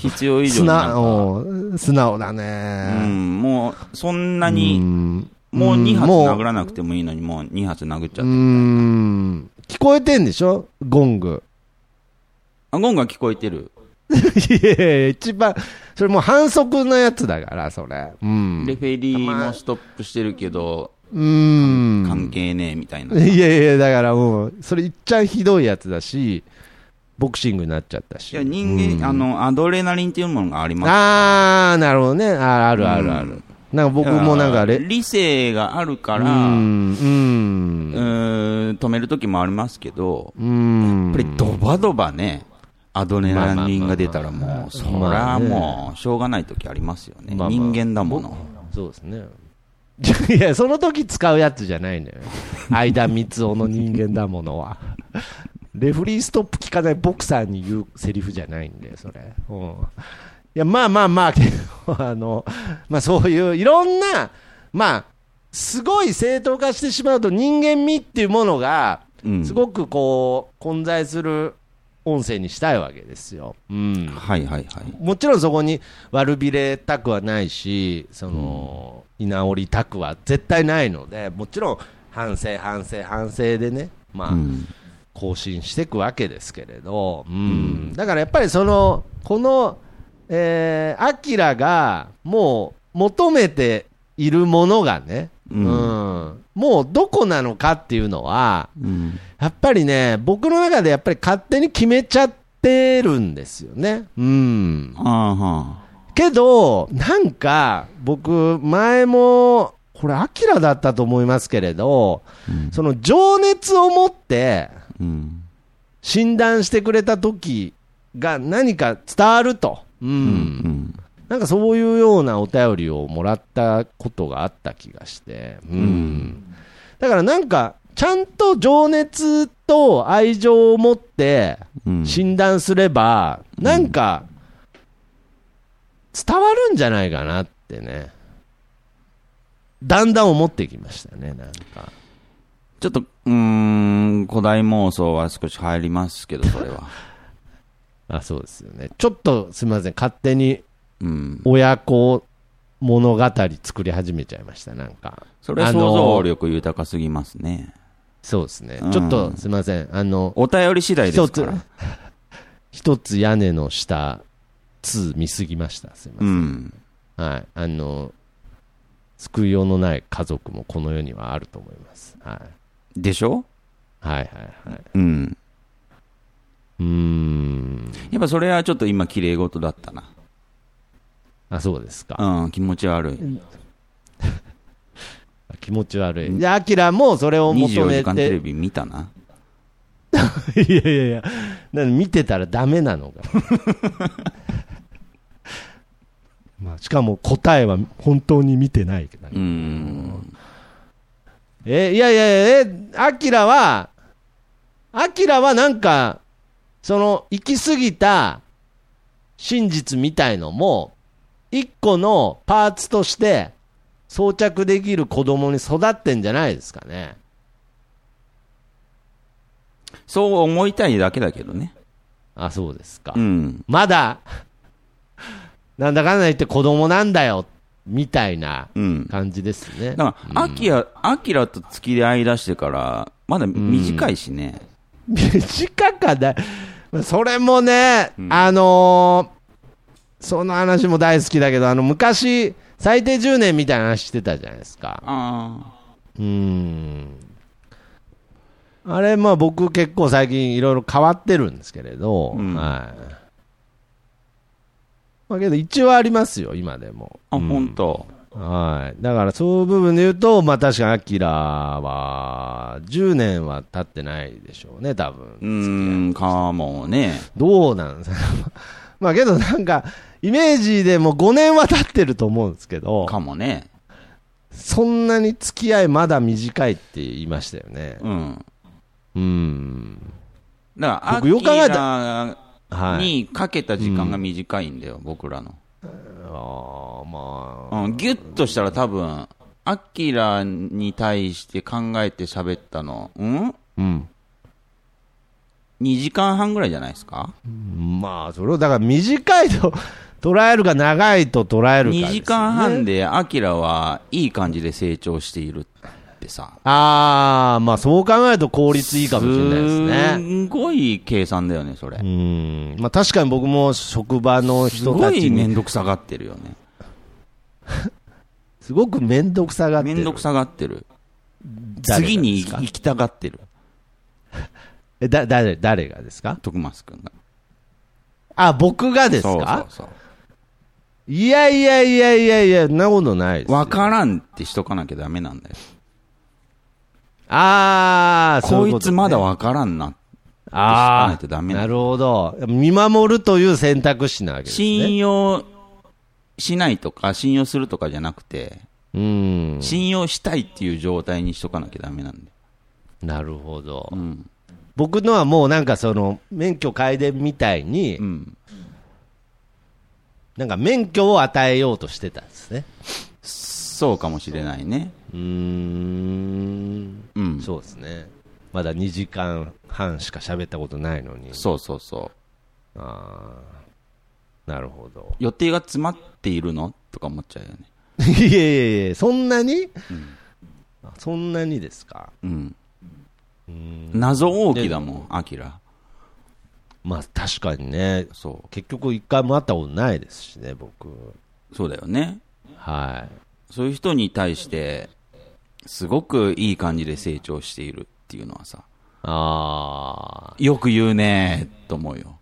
Speaker 3: 必要以上
Speaker 2: 素
Speaker 3: になんか
Speaker 2: 直素直だ
Speaker 3: う
Speaker 2: ね、
Speaker 3: ん、もう、そんな
Speaker 2: う
Speaker 3: に、
Speaker 2: ん
Speaker 3: もう2発
Speaker 2: もう
Speaker 3: 殴らなくてもいいのに、もう2発殴っちゃ
Speaker 2: う
Speaker 3: っ
Speaker 2: ー
Speaker 3: て。
Speaker 2: ん聞こえてんでしょゴ ング。
Speaker 3: あ、ゴンが聞こえてる。
Speaker 2: いやいや一番、それもう反則のやつだから、それ。うん。
Speaker 3: レ
Speaker 2: う
Speaker 3: フェリーもストップしてるけど、
Speaker 2: ーん。
Speaker 3: 関係ねえみたいな。
Speaker 2: いやいや、だからもう、それいっちゃひどいやつだし、ボクシングになっちゃった
Speaker 3: い
Speaker 2: し。
Speaker 3: や、人間、あの、アドレナリンっていうものがあります。
Speaker 2: あー、なるほどね。ああるあるあ
Speaker 3: う
Speaker 2: る
Speaker 3: ん。
Speaker 2: なんか僕もなんかレ、
Speaker 3: だら理性があるか
Speaker 2: う
Speaker 3: ら、うん
Speaker 2: ん、うん。
Speaker 3: ーん止める時もありますけど、
Speaker 2: うーん
Speaker 3: やっぱりドバドバね、アドレナリンが出たらもう、そりゃもう、しょうがない時ありますよね。
Speaker 5: まあまあ
Speaker 3: 人間だもの。
Speaker 5: そうですね。
Speaker 2: いや、その時使うやつじゃ ないのよ。相田光雄の人間だものは。レフリーストップ聞かないボクサーに言うセリフじゃないんだよ、それ。うん。いや、まあまあまあ、けど、あの、まあそういう、いろんな、まあ、すごい正当化してしまうと人間味っていうものが、
Speaker 3: うん
Speaker 2: すごくこう、混在する音声にしたいわけですよ。うん。
Speaker 3: はいはいはい。
Speaker 2: もちろんそこに悪びれたくはないし、その、居直りたくは絶対ないので、もちろん反省、反省、反省でね、まあ、
Speaker 3: うん
Speaker 2: 更新していくわけですけれど、うんだからやっぱりその、この、えー、アキラがもう求めているものがね、
Speaker 3: うん
Speaker 2: うん、もうどこなのかっていうのは、
Speaker 3: うん
Speaker 2: やっぱりね、僕の中でやっぱり勝手に決めちゃってるんですよね。うん。
Speaker 3: ああは
Speaker 2: けど、なんか、僕、前も、これ、アキラだったと思いますけれど、
Speaker 3: うん
Speaker 2: その情熱を持って
Speaker 3: うん
Speaker 2: 診断してくれた時が何か伝わると。うん。
Speaker 3: うん
Speaker 2: なんかそういうようなお便りをもらったことがあった気がして。う。
Speaker 3: うんん
Speaker 2: だからなんか、ちゃんと情熱と愛情を持って
Speaker 3: うん
Speaker 2: 診断すれば、なんか、伝わるんじゃないかなってね。だんだん思ってきましたね、なんか。
Speaker 3: ちょっと、うーん、古代妄想は少し入りますけど、そ れは。
Speaker 2: あ、そうですよね。ちょっとすみません、勝手に
Speaker 3: うん。
Speaker 2: 親子物語作り始めちゃいました、なんか。
Speaker 3: それは想像力豊かすぎますね。
Speaker 2: そうですね
Speaker 3: う。ん
Speaker 2: ちょっとすみません、あの、
Speaker 3: お便り次第ですから。
Speaker 2: 一つ一つ屋根の下、2見すぎました、すみま
Speaker 3: う
Speaker 2: せん。
Speaker 3: ん。
Speaker 2: はい、あの救いようのない家族もこの世にはあると思います。はい、
Speaker 3: でしょ
Speaker 2: はい、はい、はい。
Speaker 3: うん。
Speaker 2: うーん。
Speaker 3: やっぱそれはちょっと今、綺麗事だったな。
Speaker 2: あ、そうですか。
Speaker 3: うん、気持ち悪い。
Speaker 2: 気持ち悪い。で、アキラもそれを求
Speaker 3: 24時
Speaker 2: め
Speaker 3: 間テレ
Speaker 2: て。
Speaker 3: ビ見たな。
Speaker 2: いやいやいや、なんで見てたらダメなの か。まあ、しかも答えは本当に見てないけどね
Speaker 3: うん。
Speaker 2: え、いやいやいや、え、アキラは、アキラはなんか、その、行き過ぎた真実みたいのも、一個のパーツとして装着できる子供に育ってんじゃないですかね。
Speaker 3: そう思いたいだけだけどね。
Speaker 2: あ、そうですか。
Speaker 3: うん。
Speaker 2: まだ、なんだかんだ言って子供なんだよ、みたいな
Speaker 3: うん。
Speaker 2: 感じですね。
Speaker 3: だから、アキラ、アキラと付き合い出してから、まだ短いしね。
Speaker 2: 短かない。まあそれもね、あのーその話も大好きだけど、あの、昔、最低10年みたいな話してたじゃないですか。
Speaker 3: あ
Speaker 2: うーん。あれ、まあ僕結構最近いろいろ変わってるんですけれど、
Speaker 3: うん
Speaker 2: はい。まあけど一応ありますよ、今でも。
Speaker 3: あ。あ、本当。
Speaker 2: はい。だからそういう部分で言うと、まあ確かにアキラは10年は経ってないでしょうね、多分。
Speaker 3: うーん、かもね。
Speaker 2: どうなん ですかまあけどなんか、イメージでも5年は経ってると思うんですけど、
Speaker 3: かもね。
Speaker 2: そんなに付き合いまだ短いって言いましたよね。
Speaker 3: うん。
Speaker 2: うん。
Speaker 3: だから、ア
Speaker 2: 僕
Speaker 3: キ
Speaker 2: よく考えた
Speaker 3: ラ
Speaker 2: はい。
Speaker 3: にかけた時間が短いんだよ、僕らの。
Speaker 2: ああ、まあ。
Speaker 3: うん、ギュッとしたら多分、アキラに対して考えて喋ったの、うん
Speaker 2: うん。
Speaker 3: ?2 時間半ぐらいじゃないですか
Speaker 2: まあ、それを、だから短いと 捉えるか長いと捉えるか、
Speaker 3: ?2 時間。半でアキラはいい感じで成長しているってさ。
Speaker 2: ああ、まあそう考えると効率いいかもしれないですね。
Speaker 3: んごい計算だよね、それ
Speaker 2: う。ん。まあ確かに僕も職場の
Speaker 3: す
Speaker 2: 人
Speaker 3: ご
Speaker 2: たち
Speaker 3: いめ
Speaker 2: に
Speaker 3: んどくさがってるよね。
Speaker 2: すごく面倒くさがって
Speaker 3: め
Speaker 2: る。
Speaker 3: んどくさがってる。
Speaker 2: 誰が
Speaker 3: 次に
Speaker 2: ですか
Speaker 3: 行きたがってる。
Speaker 2: え、だ、誰、誰がですか
Speaker 3: 徳松くんが。
Speaker 2: あ、僕がですか
Speaker 3: そうそうそう。
Speaker 2: いやいやいやいやいや、そんなことないですよ。
Speaker 3: わからんってしとかなきゃダメなんだよ。
Speaker 2: ああ、そうい
Speaker 3: こ
Speaker 2: う
Speaker 3: い
Speaker 2: こ
Speaker 3: つ
Speaker 2: とね、
Speaker 3: まだわからんな。
Speaker 2: あ
Speaker 3: 知らないとダメ
Speaker 2: あ、
Speaker 3: な
Speaker 2: なんるほど。見守るという選択肢なわけです
Speaker 3: 信
Speaker 2: ね。
Speaker 3: 用しないとか、信用するとかじゃなくて、
Speaker 2: うん。
Speaker 3: 信用したいっていう状態にしとかなきゃダメなんだよ。
Speaker 2: なるほど
Speaker 3: う。ん。
Speaker 2: 僕のはもうなんかその、免許改伝みたいに
Speaker 3: う、ん。
Speaker 2: なんか免許を与えようとしてたんですね。
Speaker 3: そうかもしれないね。
Speaker 2: うーん。
Speaker 3: うん。
Speaker 2: そうですね。まだ2時間半しか喋ったことないのに。
Speaker 3: そうそうそう。
Speaker 2: ああ。なるほど。
Speaker 3: 予定が詰まっているのとか思っちゃうよね。
Speaker 2: いやいやいや、そんなに、あそんなにですか。
Speaker 3: うん。謎大きだもん、アキラ。
Speaker 2: まあ確かにね、
Speaker 3: そ
Speaker 2: 結局一回も会ったことないですしね、僕。
Speaker 3: う。そうだよね。
Speaker 2: はい。
Speaker 3: そういう人に対して、すごくいい感じで成長しているっていうのはさ、
Speaker 2: あ
Speaker 3: よく言うねーと思うよ。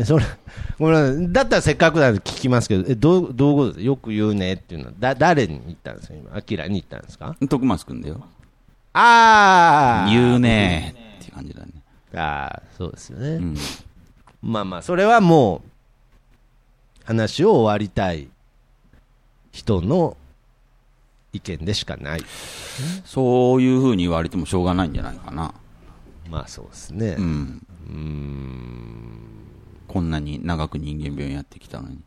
Speaker 2: あ。それ、ごめんなさいだったらせっかくなんで聞きますけど、え、どう、どういうことですよく言うねっていうのは、だ、誰に言ったんですか今、アキラに言ったんですか
Speaker 3: 徳松くんだよ。
Speaker 2: ああ
Speaker 3: 言うねーっていう感じだね。
Speaker 2: ああ、そうですよね。
Speaker 3: うん。
Speaker 2: まあまあ、それはもう、話を終わりたい人の意見でしかない。
Speaker 3: そういう風に言われてもしょうがないんじゃないかな。
Speaker 2: まあそうですね。
Speaker 3: うん。こんなに長く人間病院やってきたのに。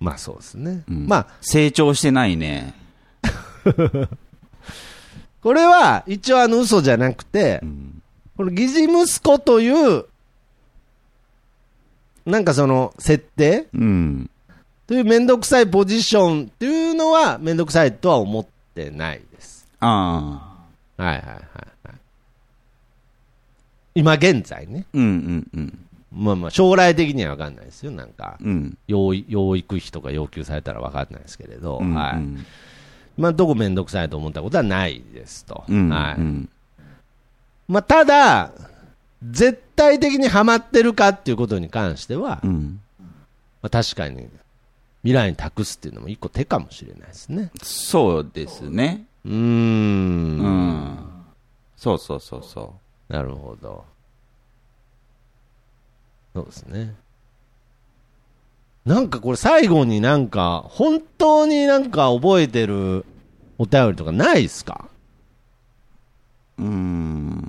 Speaker 2: まあそうですね。
Speaker 3: うん
Speaker 2: まあ、
Speaker 3: 成長してないね。
Speaker 2: これは一応あの嘘じゃなくて
Speaker 3: う、ん。
Speaker 2: この疑似息子という、なんかその設定
Speaker 3: うん。
Speaker 2: というめんどくさいポジションっていうのはめんどくさいとは思ってないです。
Speaker 3: ああ。
Speaker 2: はいはいはい、はい。今現在ね。
Speaker 3: うんうんうん。
Speaker 2: まあまあ将来的には分かんないですよ。なんか、
Speaker 3: うん。
Speaker 2: 養い養育費とか要求されたら分かんないですけれど、
Speaker 3: うん
Speaker 2: は
Speaker 3: う
Speaker 2: い。
Speaker 3: ん
Speaker 2: まあどこめんどくさいと思ったことはないですと。
Speaker 3: うん。。
Speaker 2: はいう
Speaker 3: ん
Speaker 2: まあ、ただ、絶対的にハマってるかっていうことに関しては、
Speaker 3: う
Speaker 2: ま
Speaker 3: ん。
Speaker 2: あ、確かに未来に託すっていうのも一個手かもしれないですね。
Speaker 3: そうですね。
Speaker 2: うー,、
Speaker 3: うんん。そうそうそうそ
Speaker 2: なるほど。そうですね。なんかこれ最後になんか、本当になんか覚えてるお便りとかないですか
Speaker 3: う。うー ん。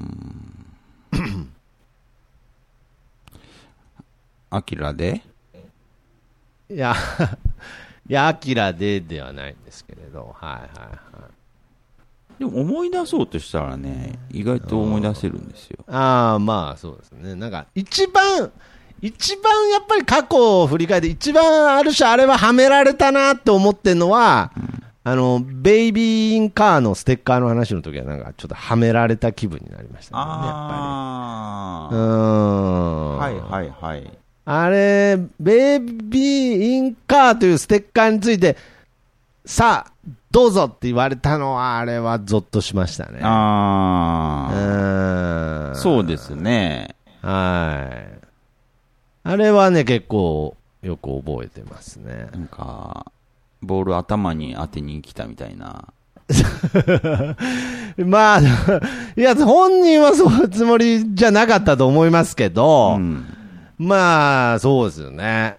Speaker 3: アキラで
Speaker 2: いや、 いや、アキラでではないんですけれど、はいはいはい。
Speaker 3: でも思い出そうとしたらね、意外と思い出せるんですよ。
Speaker 2: ああ、まあそうですね。なんか、一番、一番やっぱり過去を振り返って、一番ある種あれははめられたなって思ってるのは、あの、ベイビーインカーのステッカーの話の時はなんかちょっとはめられた気分になりましたね、やっぱ
Speaker 3: あ
Speaker 2: り。う
Speaker 3: あ、
Speaker 2: ん。
Speaker 3: はいはいはい。
Speaker 2: あれ、ベイビーインカーというステッカーについて、さあ、どうぞって言われたのは、あれはゾッとしましたね。う
Speaker 3: あ
Speaker 2: ー
Speaker 3: あ、
Speaker 2: ん。
Speaker 3: そうですね。
Speaker 2: はい。あれはね、結構よく覚えてますね。
Speaker 3: なんか、ボール頭に当てに来たみたいな。
Speaker 2: まあ、 いや、本人はそういうつもりじゃなかったと思いますけど、
Speaker 3: うん。
Speaker 2: まあ、そうですよね。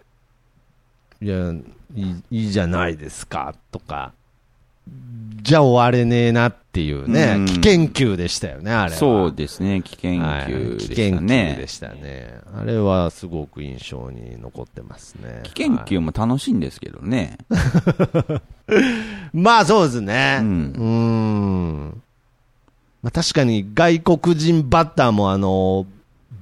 Speaker 2: いや、いいいいじゃないですか、とか。じゃ終われねえなっていうね、
Speaker 3: うん
Speaker 2: 危険球でしたよね、あれは。
Speaker 3: そうですね、危険
Speaker 2: はい
Speaker 3: 球で
Speaker 2: 危
Speaker 3: し
Speaker 2: 険
Speaker 3: た
Speaker 2: 球
Speaker 3: ね。
Speaker 2: でしたね。あれはすごく印象に残ってますね。
Speaker 3: 危険球も楽しいんですけどね。
Speaker 2: まあそうですね。う
Speaker 3: う
Speaker 2: んん。 んまあ確かに外国人バッターもあの、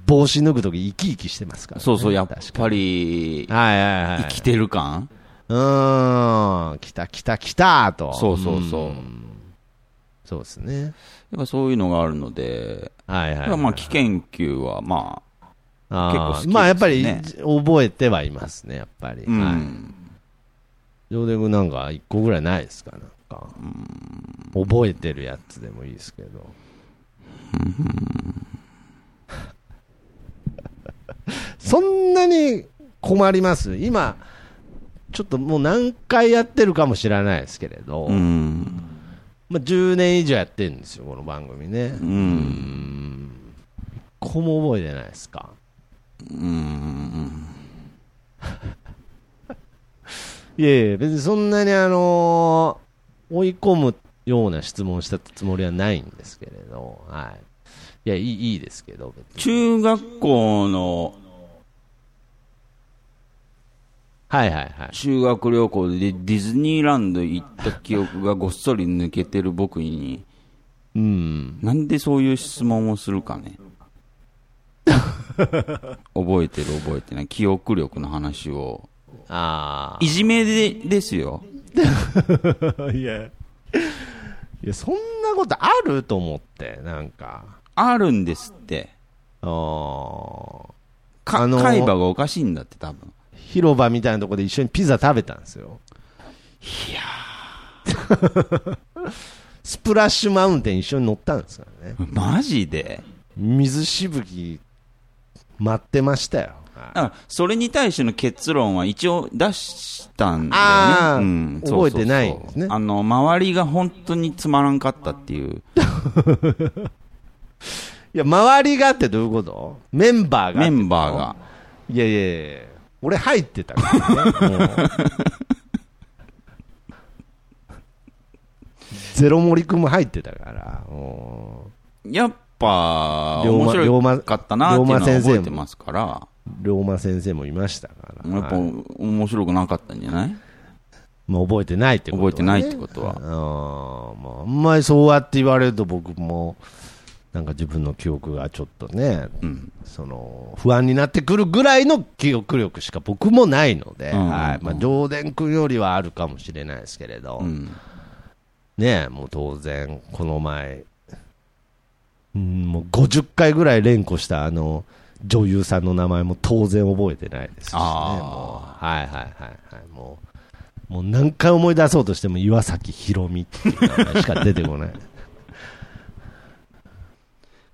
Speaker 2: 帽子脱ぐとき生き生きしてますから、ね。
Speaker 3: そうそう、やっ
Speaker 2: 確か
Speaker 3: ぱり、
Speaker 2: にはいはいはい。
Speaker 3: 生きてる感
Speaker 2: うーん。来た来た来たと。
Speaker 3: そうそうそう
Speaker 2: うんそうですね。
Speaker 3: やっぱそういうのがあるので、
Speaker 2: はいはい、はい。
Speaker 3: まあ、危険球は、まあ、
Speaker 2: あー
Speaker 3: 結構好きですね
Speaker 2: まあやっぱり覚えてはいますね、やっぱり。
Speaker 3: う
Speaker 2: はい。
Speaker 3: ん。
Speaker 2: 上田君なんか一個ぐらいないですかなんか。覚えてるやつでもいいですけど。 そんなに困ります今、ちょっともう何回やってるかもしれないですけれど、
Speaker 3: うん。
Speaker 2: まあ、10年以上やってるんですよ、この番組ね。
Speaker 3: う
Speaker 2: 一
Speaker 3: ん。
Speaker 2: 個も覚えてないですか
Speaker 3: うん。
Speaker 2: いやいや、別にそんなにあのー追い込むような質問したつもりはないんですけれど、はい。いや、いいいいですけど、別に。
Speaker 3: 中学校の
Speaker 2: はいはいはい。
Speaker 3: 修学旅行でディズニーランド行った記憶がごっそり抜けてる僕に、
Speaker 2: うん。
Speaker 3: なんでそういう質問をするかね。 覚えてる覚えてない。記憶力の話を。
Speaker 2: あ
Speaker 3: いじめでですよ。
Speaker 2: あ。いや。いや、そんなことあると思って、なんか。
Speaker 3: あるんですって。
Speaker 2: あー
Speaker 3: か、
Speaker 2: あのー
Speaker 3: 海馬がおかしいんだって多分。
Speaker 2: 広場みたいなとこで一緒にピザ食べたんですよ。いや スプラッシュマウンテン一緒に乗ったんですからね。
Speaker 3: マジで
Speaker 2: 水しぶき待ってましたよ。
Speaker 3: だから、それに対しての結論は一応出したんだ
Speaker 2: あ
Speaker 3: よ
Speaker 2: ー
Speaker 3: ね。うん、そうそうそう
Speaker 2: 覚えてないんですね
Speaker 3: あの、周りが本当につまらんかったっていう。
Speaker 2: いや、周りがってどういうことメンバーが
Speaker 3: メンバーが。
Speaker 2: いやいやいや俺入ってたからね。もう ゼロ森くんも入ってたから。もう
Speaker 3: やっぱ、
Speaker 2: 龍馬
Speaker 3: 面白かったなっていうのは
Speaker 2: 龍馬先生も
Speaker 3: 覚えてますから、
Speaker 2: 龍馬先生もいましたから。
Speaker 3: やっぱ
Speaker 2: はい
Speaker 3: 面白くなかったんじゃない
Speaker 2: まあ、覚えてないってことは、ね、
Speaker 3: 覚えてないってことは
Speaker 2: あーまあ、あんまりそうやって言われると僕も、なんか自分の記憶がちょっとね、
Speaker 3: うん。
Speaker 2: その不安になってくるぐらいの記憶力しか僕もないので、
Speaker 3: うん
Speaker 2: はいまあ、上田君よりはあるかもしれないですけれど、
Speaker 3: うん。
Speaker 2: ねえもう当然、この前、うん、もう50回ぐらい連呼したあの女優さんの名前も当然覚えてないですし、ね、もう
Speaker 3: あ
Speaker 2: はいはいはいはい、もうもう何回思い出そうとしても岩崎宏美っていう名前しか出てこない。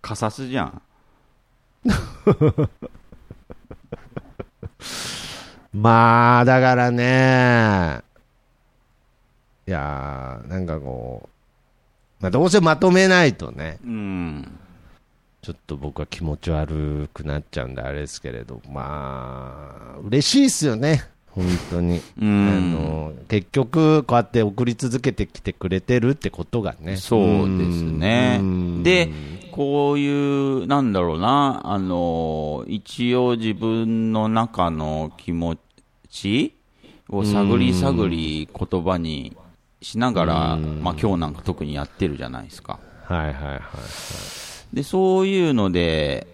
Speaker 3: カサスじゃん。
Speaker 2: まあ、だからね、いやー、なんかこう、まあ、どうせまとめないとね、
Speaker 3: うん。
Speaker 2: ちょっと僕は気持ち悪くなっちゃうんで、あれですけれど、まあ、嬉しいっすよね、本当に。
Speaker 3: う
Speaker 2: あ
Speaker 3: ん。
Speaker 2: の結局、こうやって送り続けてきてくれてるってことがね。
Speaker 3: そうですね
Speaker 2: うん。
Speaker 3: で、こういう、なんだろうな、あの、一応自分の中の気持ちを探り探り言葉にしながら、
Speaker 2: うん
Speaker 3: まあ今日なんか特にやってるじゃないですか。
Speaker 2: はいはいはい。
Speaker 3: で、そういうので、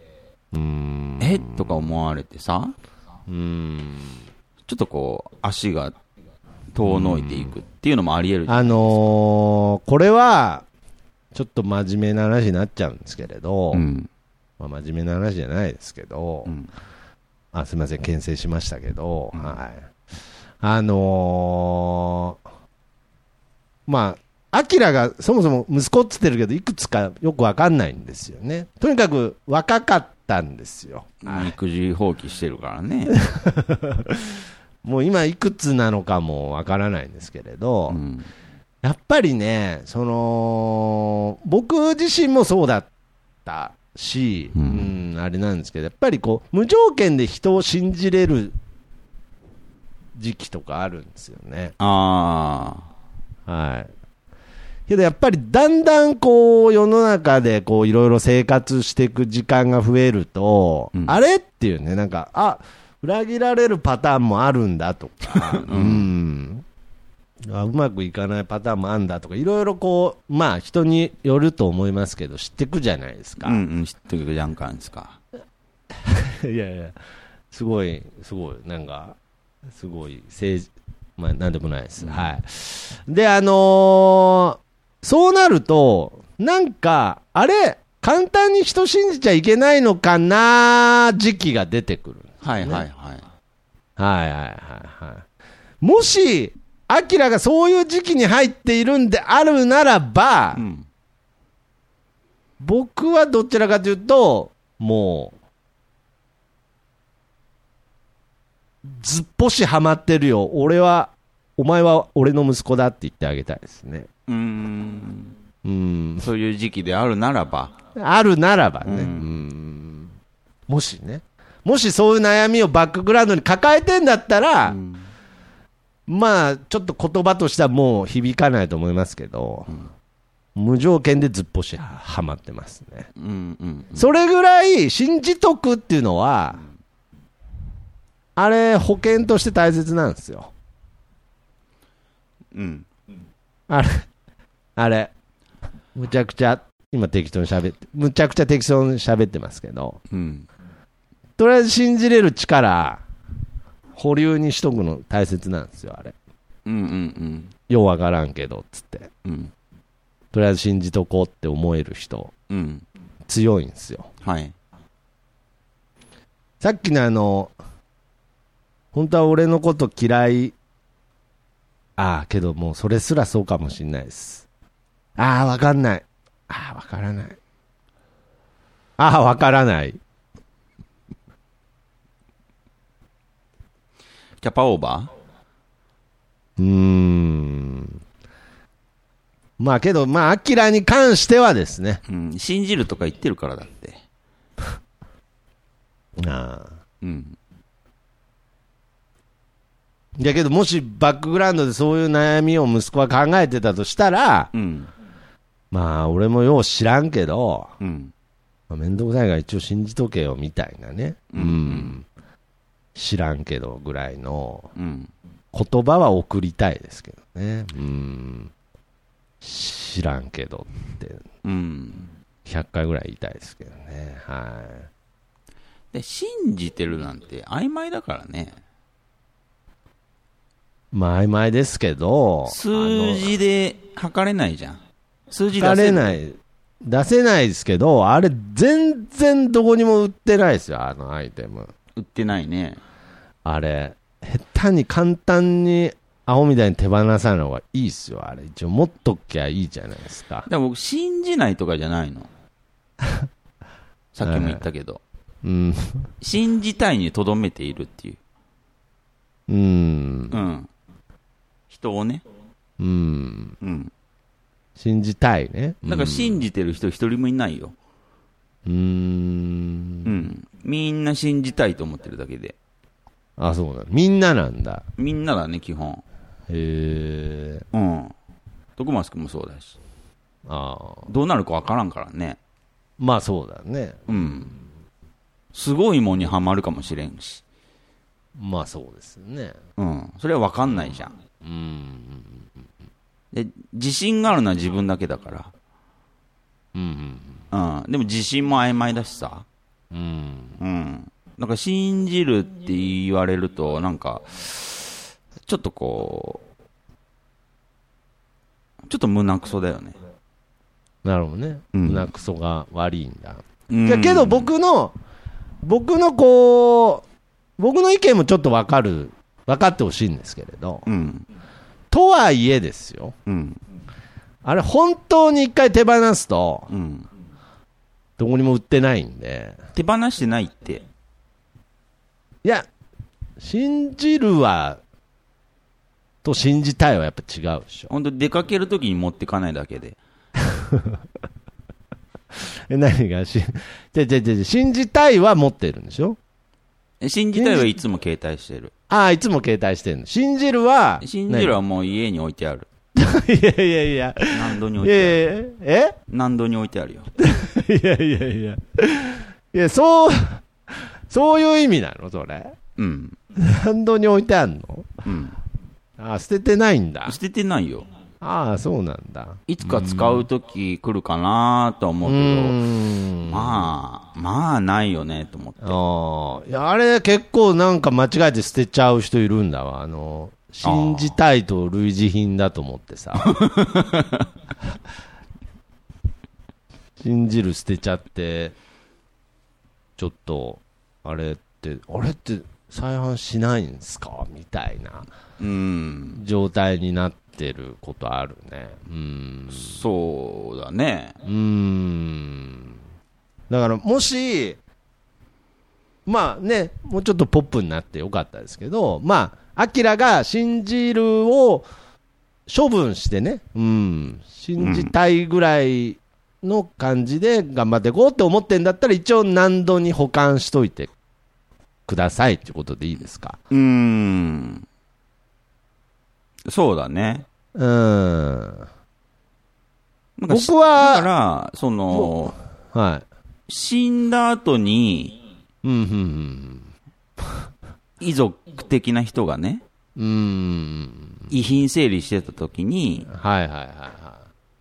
Speaker 2: うん。
Speaker 3: えとか思われてさ、
Speaker 2: うん。
Speaker 3: ちょっとこう、足が遠のいていくっていうのもあり得るじゃん
Speaker 2: あのーこれは、ちょっと真面目な話になっちゃうんですけれど、
Speaker 3: うん
Speaker 2: まあ、真面目な話じゃないですけど、
Speaker 3: うん
Speaker 2: あすみません、牽制しましたけど、
Speaker 3: うん
Speaker 2: はい。あのーまあ、アキラがそもそも息子っつってるけど、いくつかよくわかんないんですよね。とにかく若かったんですよ。
Speaker 3: 育児放棄してるから ね。
Speaker 2: もう今いくつなのかもわからないんですけれど、
Speaker 3: うん
Speaker 2: やっぱりね、その、僕自身もそうだったし、
Speaker 3: う
Speaker 2: うんん、あれなんですけど、やっぱりこう、無条件で人を信じれる時期とかあるんですよね。
Speaker 3: あ
Speaker 2: はい。けどやっぱりだんだんこう、世の中でこう、いろいろ生活していく時間が増えると、
Speaker 3: うん
Speaker 2: あれっていうね、なんか、あ、裏切られるパターンもあるんだと か、うん。あうまくいかないパターンもあるんだとか、いろいろこう、まあ人によると思いますけど、知ってくじゃないです
Speaker 3: あ、
Speaker 2: か。
Speaker 3: うんうん、知ってるじゃんかんですか。
Speaker 2: いやいや、すごい、すごい、なんか、すごい、政治、まあ、なんでもないです。はい。で、あのーそうなると、なんか、あれ、簡単に人信じちゃいけないのかな時期が出てくる。
Speaker 3: はいはいはい。
Speaker 2: はいはいはいはい。もし、アキラがそういう時期に入っているんであるならば、
Speaker 3: うん
Speaker 2: 僕はどちらかというと、もう、ずっぽしハマってるよ。俺は、お前は俺の息子だって言ってあげたいですね。
Speaker 3: うーん。
Speaker 2: うん。
Speaker 3: そういう時期であるならば、
Speaker 2: あるならばね。
Speaker 3: うん
Speaker 2: うんもしね。もしそういう悩みをバックグラウンドに抱えてんだったら、
Speaker 3: うん
Speaker 2: まあ、ちょっと言葉としてはもう響かないと思いますけど、無条件でずっぽしハマってますね。
Speaker 3: うんうん。
Speaker 2: それぐらい信じとくっていうのは、あれ、保険として大切なんですよ。
Speaker 3: うん。
Speaker 2: あれ、あれ、むちゃくちゃ、今適当に喋って、むちゃくちゃ適当に喋ってますけど、
Speaker 3: うん。
Speaker 2: とりあえず信じれる力、保留にしとくの大切なんですよ、あれ。
Speaker 3: うんうんうん。
Speaker 2: ようわからんけど、つって。
Speaker 3: うん。
Speaker 2: とりあえず信じとこうって思える人、
Speaker 3: うん。
Speaker 2: 強いんですよ。
Speaker 3: はい。
Speaker 2: さっきのあの、本当は俺のこと嫌い。ああ、けどもうそれすらそうかもしんないです。ああ、わかんない。ああ、わからない。ああ、わからない。
Speaker 3: キャパオーバ
Speaker 2: うーん。まあけど、まあ、アキラに関してはですね。
Speaker 3: ーうん。信じるとか言ってるからだって。
Speaker 2: ああ。
Speaker 3: うん。
Speaker 2: いやけど、もしバックグラウンドでそういう悩みを息子は考えてたとしたら、
Speaker 3: うん。
Speaker 2: まあ、俺もよう知らんけど、
Speaker 3: うん。
Speaker 2: まあ、めんどくさいから一応信じとけよみたいなね、
Speaker 3: うん
Speaker 2: 知らんけどぐらいの
Speaker 3: うん。
Speaker 2: 言葉は送りたいですけどね、うん、知らんけどって
Speaker 3: うん。
Speaker 2: 100回ぐらい言いたいですけどね、はい、
Speaker 3: で、信じてるなんて曖昧だからね。
Speaker 2: まあ曖昧ですけど、
Speaker 3: 数字で測れないじゃん。数字出
Speaker 2: 出
Speaker 3: せ
Speaker 2: れ
Speaker 3: る
Speaker 2: ない、出せないですけど、あれ、全然どこにも売ってないですよ、あのアイテム。
Speaker 3: 売ってないね。
Speaker 2: あれ、下手に簡単に、アホみたいに手放さない方がいいっすよ、あれ。一応持っときゃいいじゃないですか。
Speaker 3: でも僕、信じないとかじゃないの。さっきも言ったけど。
Speaker 2: うん。
Speaker 3: 信じたいにとどめているっていう。
Speaker 2: うん。
Speaker 3: うん。人をね。
Speaker 2: うん。
Speaker 3: うん。
Speaker 2: 信じたいね。
Speaker 3: だから信じてる人一人もいないよ。
Speaker 2: うーん
Speaker 3: う。ん。みんな信じたいと思ってるだけで。
Speaker 2: あ、そうなんだ。みんななんだ。
Speaker 3: みんなだね、基本。
Speaker 2: へえ。
Speaker 3: うん。徳松君もそうだし。
Speaker 2: ああ。
Speaker 3: どうなるかわからんからね。
Speaker 2: まあそうだね。
Speaker 3: うん。すごいもんにはまるかもしれんし。
Speaker 2: まあそうですね。
Speaker 3: うん。それはわかんないじゃん。
Speaker 2: うん。
Speaker 3: で、自信があるのは自分だけだか
Speaker 2: うん
Speaker 3: ら。うん。でも自信も曖昧だしさ。
Speaker 2: うんうん
Speaker 3: うん。なんか信じるって言われると、なんか、ちょっとこう、ちょっと胸くそだよね。
Speaker 2: なるほどね、
Speaker 3: うん
Speaker 2: 胸くそが悪いんだ、
Speaker 3: うん
Speaker 2: いやけど、僕の僕のこう僕の意見もちょっと分かる分かってほしいんですけれど
Speaker 3: うん。
Speaker 2: とはいえですよ
Speaker 3: うん。
Speaker 2: あれ本当に一回手放すと
Speaker 3: うん。
Speaker 2: どこにも売ってないんで
Speaker 3: 手放してないって。
Speaker 2: いや信じるはと信じたいはやっぱ違うでしょ
Speaker 3: 本当出かけるときに持ってかないだけで。
Speaker 2: え何がしじゃじゃじゃ信じたいは持ってるんでしょ
Speaker 3: え信じたいはいつも携帯してる。
Speaker 2: ああいつも携帯してるの信じるは
Speaker 3: 信じるはもう家に置いてある。
Speaker 2: 何 いやいやいや
Speaker 3: 何度に置いてある。
Speaker 2: えー、え
Speaker 3: 何度に置いてあるよ。
Speaker 2: いやいやいや。いや、そう、そういう意味なのそれ。
Speaker 3: うん。
Speaker 2: ハンドに置いてあんの
Speaker 3: うん。
Speaker 2: あ、捨ててないんだ
Speaker 3: 捨。ててないよ。
Speaker 2: ああ、そうなんだ。
Speaker 3: いつか使うとき来るかなとは思
Speaker 2: う
Speaker 3: うけ
Speaker 2: ー
Speaker 3: ど、
Speaker 2: ん。
Speaker 3: まあ、まあないよねと思って。
Speaker 2: ああ。いや、あれ結構なんか間違えて捨てちゃう人いるんだわ。あの、信じたいと類似品だと思ってさ。信じる捨てちゃって、ちょっと、あれって、あれって再販しないんすかみたいな
Speaker 3: うん。
Speaker 2: 状態になってることあるね。うん。
Speaker 3: そうだね。
Speaker 2: うーんだからもし、まあね、もうちょっとポップになってよかったですけど、まあ、アキラが信じるを処分してね、うん、信じたいぐらいの感じで頑張っていこうって思ってんだったら、一応何度に保管しといてくださいってことでいいですか。
Speaker 3: うん。そうだね。
Speaker 2: うん。
Speaker 3: なんかし
Speaker 2: 僕
Speaker 3: だか
Speaker 2: は、
Speaker 3: ら、その、
Speaker 2: は
Speaker 3: 死んだ後に、
Speaker 2: い。うん、うん、
Speaker 3: 遺族的な人がね、
Speaker 2: うん。うん。
Speaker 3: 遺品整理してた時に、
Speaker 2: はいはいはいは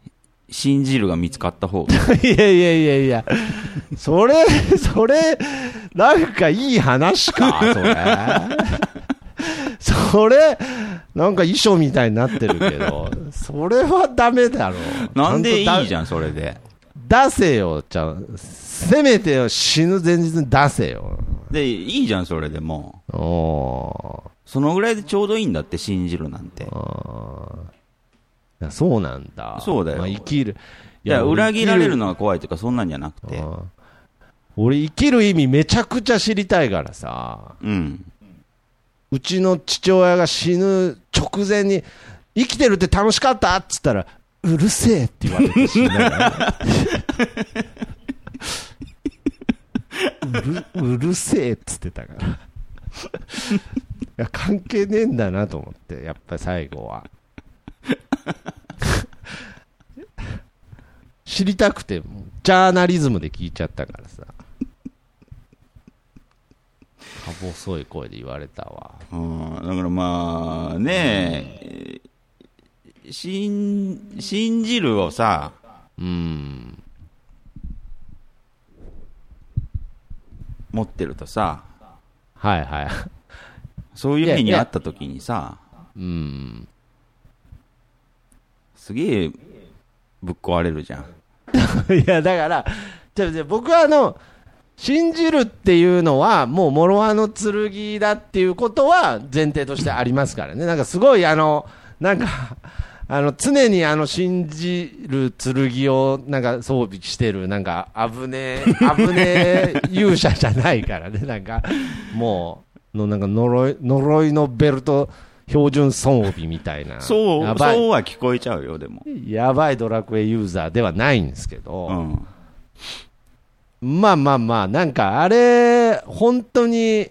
Speaker 2: い。
Speaker 3: 信じるが見つかった方が。
Speaker 2: いやいやいやいや、それ、それ、なんかいい話か、それ。それ、なんか遺書みたいになってるけど、それはダメだろ。
Speaker 3: なんでいいじ
Speaker 2: ん
Speaker 3: ゃん、それ で。
Speaker 2: とだ。出せよ、ちゃん。せめてよ、死ぬ前日に出せよ。
Speaker 3: で、いいじゃん、それでもう。
Speaker 2: お
Speaker 3: そのぐらいでちょうどいいんだって、信じるなんて。
Speaker 2: ーそうなんだ。
Speaker 3: そうだよ
Speaker 2: まあ生きる。
Speaker 3: いや、裏切られる
Speaker 2: の
Speaker 3: のが怖いとか、そんなんじゃなくて。
Speaker 2: 俺生きる意味めちゃくちゃ知りたいからさ。
Speaker 3: うん。
Speaker 2: うちの父親が死ぬ直前に、生きてるって楽しかったっつったら、うるせえって言われて死んだからね うるうるせえっつってたから。いや、関係ねえんだなと思って、やっぱ最後は。 知りたくて、ジャーナリズムで聞いちゃったからさ。か細い声で言われたわ。
Speaker 3: うん、だからまあ、ねえ、信、信じるをさ、
Speaker 2: うん。
Speaker 3: 持ってるとさ、
Speaker 2: はいはい。
Speaker 3: そういう目
Speaker 2: いやい
Speaker 3: に
Speaker 2: や
Speaker 3: あった時にさ、
Speaker 2: うん。
Speaker 3: すげえ、ぶっ壊れるじゃん。
Speaker 2: いや、だから、じゃあじゃあ僕はあの、信じるっていうのは、もう諸刃の剣だっていうことは前提としてありますからね。なんかすごいあの、なんか、あの、常にあの、信じる剣をなんか装備してる、なんか危ねえ、危ねえ勇者じゃないからね。なんか、もう、のなんか呪い、呪いのベルト、標準装備みたいな。
Speaker 3: そう、
Speaker 2: やばい
Speaker 3: そうは聞こえちゃうよ、でも。
Speaker 2: やばいドラクエユーザーではないんですけ
Speaker 3: う
Speaker 2: ど、
Speaker 3: ん。
Speaker 2: まあまあまあ、なんかあれ、本当に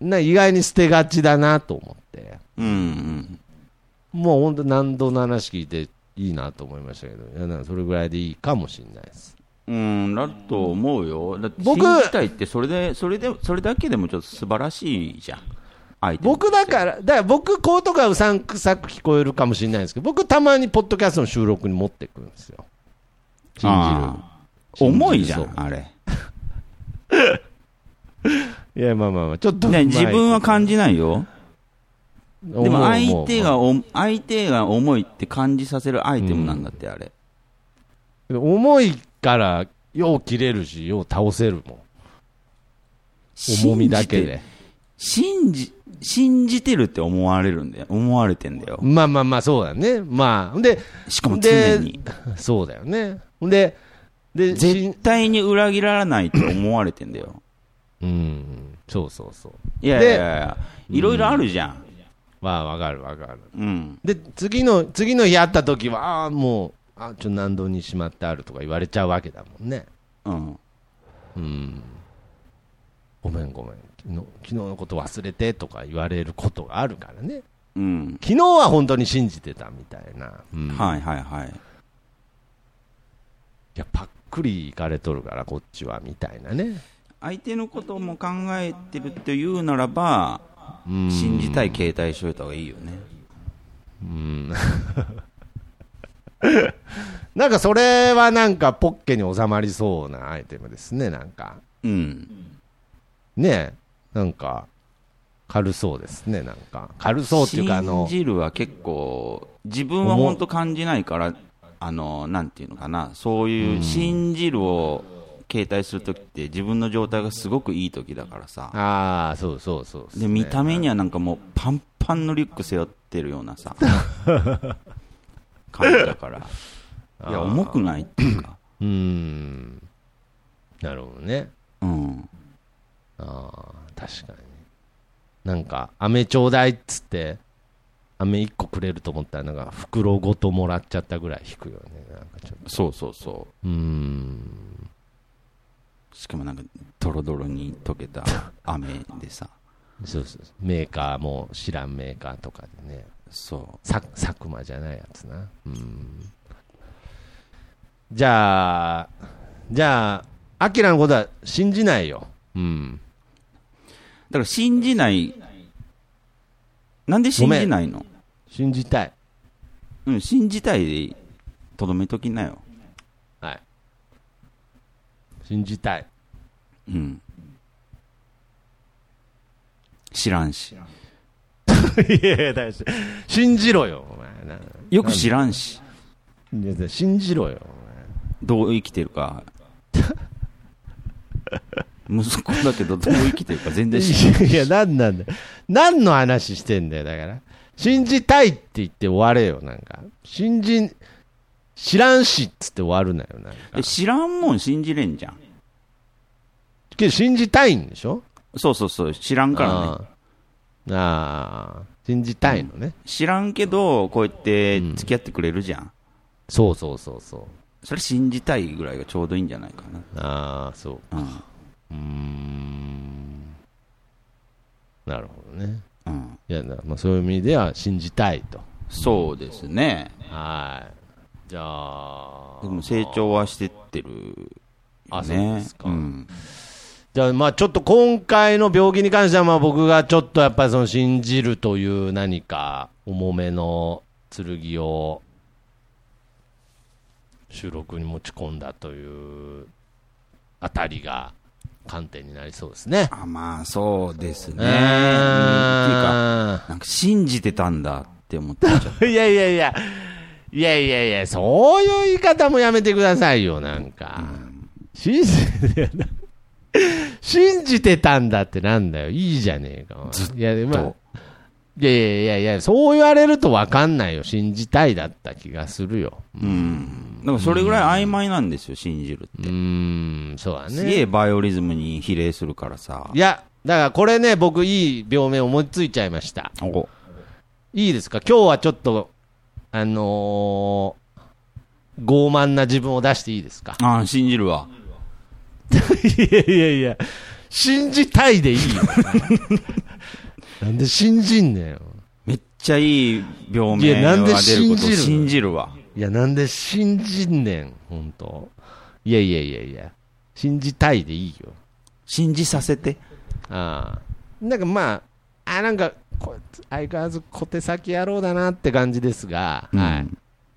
Speaker 2: な意外に捨てがちだなと思って、
Speaker 3: うん、うん。
Speaker 2: もう本当、何度の話聞いていいなと思いましたけど、いやなんかそれぐらいでいいかもしれないです。
Speaker 3: うん、だと思うよ。だって、信
Speaker 2: 僕
Speaker 3: じたいって、それで、それで、それだけでもちょっと素晴らしいじゃん。アイテムとし
Speaker 2: 僕
Speaker 3: て
Speaker 2: だから、だから僕、こうとかうさんくさく聞こえるかもしれないんですけど、僕、たまにポッドキャストの収録に持ってくるんですよ。信じ
Speaker 3: あー重いじゃ
Speaker 2: 信じ
Speaker 3: ん、あれ。
Speaker 2: る。いや、まあまあまあ、ちょっと。
Speaker 3: ね、自分は感じないよ。
Speaker 2: 思う、
Speaker 3: でも相手
Speaker 2: 思
Speaker 3: がお、相手が重いって感じさせるアイテムなんだって、あれ。
Speaker 2: う思う重いから、よう切れるし、よう倒せるもん。重みだけで。
Speaker 3: 信じて。信じ、信じてるって思われるんだよ。思われてんだよ。
Speaker 2: まあまあまあ、そうだね。まあ、で、
Speaker 3: しかも常に。
Speaker 2: そうだよね。で、で、しん
Speaker 3: 絶対に裏切らないと思われてんだよ。
Speaker 2: うん、そうそうそう。
Speaker 3: いやいやいやいや、いろいろあるじゃん。
Speaker 2: まあ、わかるわかる。
Speaker 3: うん。
Speaker 2: で、次の、次の日会った時は、ああ、もう、あちょ、何度にしまってあるとか言われちゃうわけだもんね。
Speaker 3: うん。
Speaker 2: うん。ごめんごめん。昨日昨日のこと忘れてとか言われることがあるからね。
Speaker 3: うん。
Speaker 2: 昨日は本当に信じてたみたいな。うんい
Speaker 3: はいはいはい。
Speaker 2: や、パックリいかれとるから、こっちは、みたいなね。
Speaker 3: 相手のことも考えてるっていうならば、
Speaker 2: うん。
Speaker 3: 信じたい携帯しといた方がいいよね。
Speaker 2: うん。なんかそれはなんかポッケに収まりそうなアイテムですね、なんか。
Speaker 3: うん。
Speaker 2: ねえ、なんか、軽そうですね、なんか。軽そうっていうか、あの、
Speaker 3: 信じるは結構、自分は本当感じないから、あの、なんていうのかな、そういう信じるを携帯するときって、自分の状態がすごくいいときだからさ。
Speaker 2: ああ、そうそうそうそう、
Speaker 3: で見た目にはなんかもうパンパンのリュック背負ってるようなさ感じだ からいや重くないっていうか
Speaker 2: うーん。なるほどね。
Speaker 3: うん
Speaker 2: ああ、確かに。なんか、飴ちょうだいっつって、飴1個くれると思ったら、なんか、袋ごともらっちゃったぐらい引くよね。なんかちょっと。
Speaker 3: そうそうそう
Speaker 2: ーん。
Speaker 3: うしかもなんかドロドロに溶け た雨でさ
Speaker 2: そうそうそう。メーカーも知らんメーカーとかでね。
Speaker 3: そ
Speaker 2: さ佐久間じゃないやつなうんじゃあじゃあアキラのことは信じないようん
Speaker 3: うだから信じないなんで信じないの
Speaker 2: 信じたい
Speaker 3: うん信じたいでとどめときなよ
Speaker 2: はい信じたい
Speaker 3: うん知らんし
Speaker 2: いやいや大丈夫信じろよお前な
Speaker 3: よく知らんし
Speaker 2: いやいや信じろよ
Speaker 3: どう生きてる か息子だけどどう生きてるか全然知らない
Speaker 2: いや何なんだよ何の話してんだよだから信じたいって言って終われよなんか信じん知らんしっつって終わるなよなんか
Speaker 3: え知らんもん信じれんじゃん
Speaker 2: けど信じたいんでしょ
Speaker 3: そうそうそう知らんからね
Speaker 2: あーあー信じたいのね、
Speaker 3: 知らんけどこうやって付き合ってくれるじゃん、
Speaker 2: そうそうそうそう
Speaker 3: それ信じたいぐらいがちょうどいいんじゃないかな
Speaker 2: ああそう
Speaker 3: うん
Speaker 2: うーんなるほどね
Speaker 3: うん
Speaker 2: いや、なまあ、そういう意味では信じたいと
Speaker 3: そうですね
Speaker 2: はいじゃあ
Speaker 3: でも成長はしてってる
Speaker 2: あそう
Speaker 3: ね
Speaker 2: ですか
Speaker 3: ん、
Speaker 2: じゃあまあちょっと今回の病気に関してはまあ僕がちょっとやっぱりその信じるという何か重めの剣を収録に持ち込んだというあたりが観点になりそうですね。
Speaker 3: あまあそうですね、うん、っていうか
Speaker 2: あ
Speaker 3: なんか信じてたんだって 思ってちゃった
Speaker 2: ーいやいやいや。いやいやいや、そういう言い方もやめてくださいよ、なんか。信じて、信じてたんだってなんだよ。いいじゃねえか。ずっと。いや、でもいやいやいやいや、そう言われるとわかんないよ。信じたいだった気がするよ。
Speaker 3: うん。だからそれぐらい曖昧なんですよ、信じるっ
Speaker 2: う
Speaker 3: て。
Speaker 2: ーん、そうだ
Speaker 3: す
Speaker 2: ね。
Speaker 3: げえバイオリズムに比例するからさ
Speaker 2: い。や、だからこれね、僕いい病名思いついちゃいました。
Speaker 3: お
Speaker 2: いいですか今日はちょっと、あのー傲慢な自分を出していいですか
Speaker 3: ああ、信じるわ。
Speaker 2: いやいやいや、信じたいでいいよ。なんで信じんねんよ。
Speaker 3: めっちゃいい病名
Speaker 2: いやなんで
Speaker 3: が出ること
Speaker 2: 信じ
Speaker 3: を
Speaker 2: るの
Speaker 3: 信じるわ。
Speaker 2: いや、なんで信じんねん、ほんと。いやいやいやいや、信じたいでいいよ。
Speaker 3: 信じさせて。
Speaker 2: ああ。なんかまあ、あなんかこいつ相変わらず小手先野郎だなって感じですが、
Speaker 3: うん
Speaker 2: はい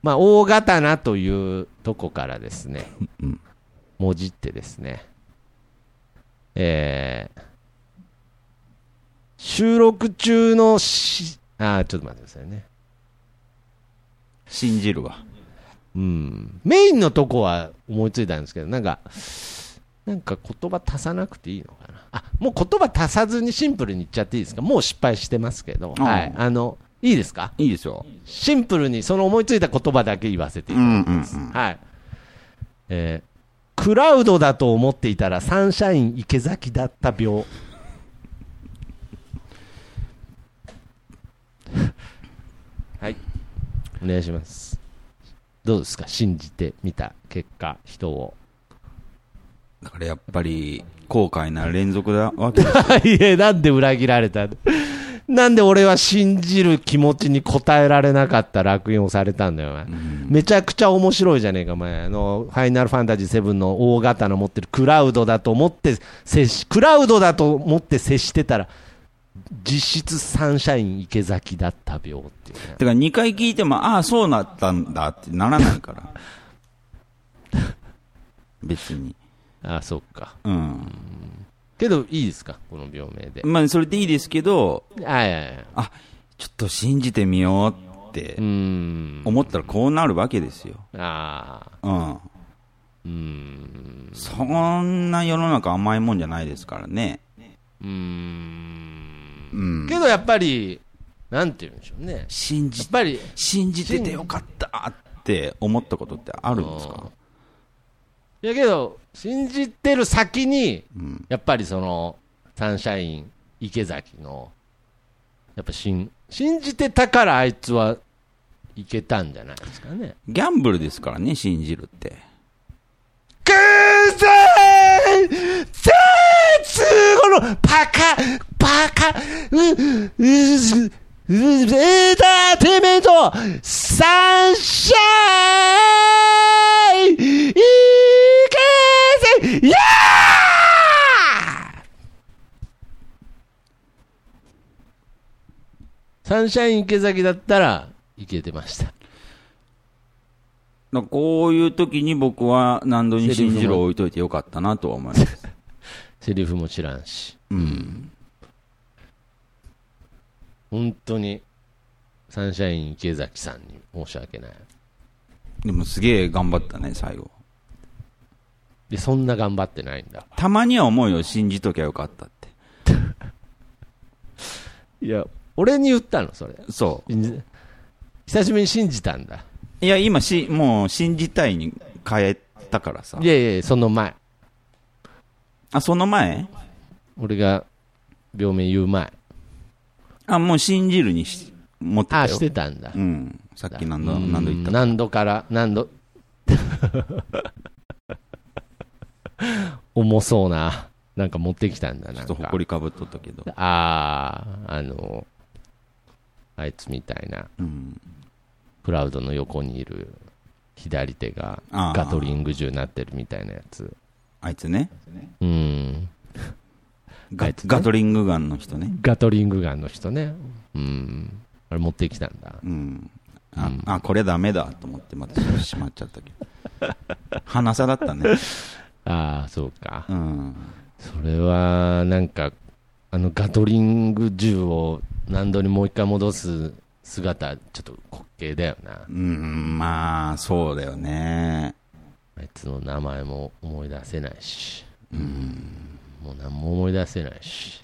Speaker 2: まあ、大刀というとこからですね
Speaker 3: うん、
Speaker 2: もじってですね、えー、収録中のし、あー、ちょっと待ってくださいね。
Speaker 3: 信じるわ。
Speaker 2: うん。メインのとこは思いついたんですけど、なんか、なんか言葉足さなくていいのかな。あ、もう言葉足さずにシンプルに言っちゃっていいですかもう失敗してますけど、
Speaker 3: うん
Speaker 2: はい。あの、いいですか
Speaker 3: いいですよ。
Speaker 2: シンプルにその思いついた言葉だけ言わせていただきます。
Speaker 3: うんうんうん
Speaker 2: はい。えークラウドだと思っていたらサンシャイン池崎だった病。はい。お願いします。どうですか信じてみた結果、人を。
Speaker 3: だからやっぱり、後悔な連続だわけです。
Speaker 2: いえ、なんで裏切られたんだなんで俺は信じる気持ちに応えられなかった楽園をされたんだよ、お前。
Speaker 3: うん
Speaker 2: めちゃくちゃ面白いじゃねえか、お前。あの、ファイナルファンタジー7の大型の持ってるクラウドだと思って接し、クラウドだと思って接してたら、実質サンシャイン池崎だった病っていうね。
Speaker 3: てか2回聞いても、ああ、そうなったんだってならないから。 別に。
Speaker 2: ああ、そっか。
Speaker 3: うん。
Speaker 2: けど、いいですかこの病名で。
Speaker 3: まあ、それでいいですけど、
Speaker 2: あいやいや。
Speaker 3: ちょっと信じてみようって
Speaker 2: うーん。
Speaker 3: 思ったらこうなるわけですよ。
Speaker 2: ああ。
Speaker 3: う
Speaker 2: うー
Speaker 3: ん。
Speaker 2: ん。
Speaker 3: そんな世の中甘いもんじゃないですからね。
Speaker 2: うーん。
Speaker 3: うん。
Speaker 2: けど、やっぱり、なんて言うんでしょうね。や
Speaker 3: 信じ
Speaker 2: っ、ぱり、
Speaker 3: 信じててよかったって思ったことってあるんですか
Speaker 2: いやけど、信じてる先に、
Speaker 3: うん。
Speaker 2: やっぱりその、サンシャイン、池崎の、やっぱ信、信じてたからあいつはいけたんじゃないですかね。
Speaker 3: ギャンブルですからね、信じるって。
Speaker 2: 偶然絶後のパカパカう、う、う、エンターテイメントサンシャインいけぜいやサンシャイン池崎だったらいけてました。
Speaker 3: だからこういう時に僕は何度に信じるを置いといてよかったなとは思います。
Speaker 2: セリフも知らんし。
Speaker 3: うん。
Speaker 2: 本当に、サンシャイン池崎さんに申し訳ない。
Speaker 3: でもすげえ頑張ったね、最後。
Speaker 2: で、そんな頑張ってないんだ。
Speaker 3: たまには思うよ、信じときゃよかったって。
Speaker 2: いや、俺に言ったの、それ。
Speaker 3: そ
Speaker 2: 信じ久しぶりに信じたんだ。
Speaker 3: う。いや、今し、もう信じたいに変えたからさ
Speaker 2: い。やいやいやその前。
Speaker 3: あ、その前
Speaker 2: 俺が、病名言う前。
Speaker 3: あ、もう信じるにし、持ってたよ。
Speaker 2: あ、してたんだ
Speaker 3: う。ん。さっき何度、
Speaker 2: うん
Speaker 3: 何度言ったか
Speaker 2: 何度から、何 度。重そうな、なんか持ってきたんだ
Speaker 3: ち
Speaker 2: な
Speaker 3: ょ
Speaker 2: んか。
Speaker 3: っと誇りかぶっとったけど。
Speaker 2: ああ、あの、あいつみたいな。
Speaker 3: うん。
Speaker 2: クラウドの横にいる左手が
Speaker 3: あー
Speaker 2: ガトリング銃になってるみたいなやつ。
Speaker 3: あいつね。
Speaker 2: うん。あ
Speaker 3: ガ
Speaker 2: いつね
Speaker 3: ガトリングガンの人ね。
Speaker 2: ガトリングガンの人ね。うん。あれ持ってきたんだ。
Speaker 3: うん。あ、
Speaker 2: うん
Speaker 3: あこれダメだと思って、またしまっちゃったけど。 鼻さだったね。
Speaker 2: ああ、そうか。
Speaker 3: うん。
Speaker 2: それは、なんか、あのガトリング銃を何度にもう一回戻す姿、ちょっと滑稽だよな
Speaker 3: う。ん、まあ、そうだよね。
Speaker 2: あいつの名前も思い出せないし。
Speaker 3: うん。
Speaker 2: もう何も思い出せないし。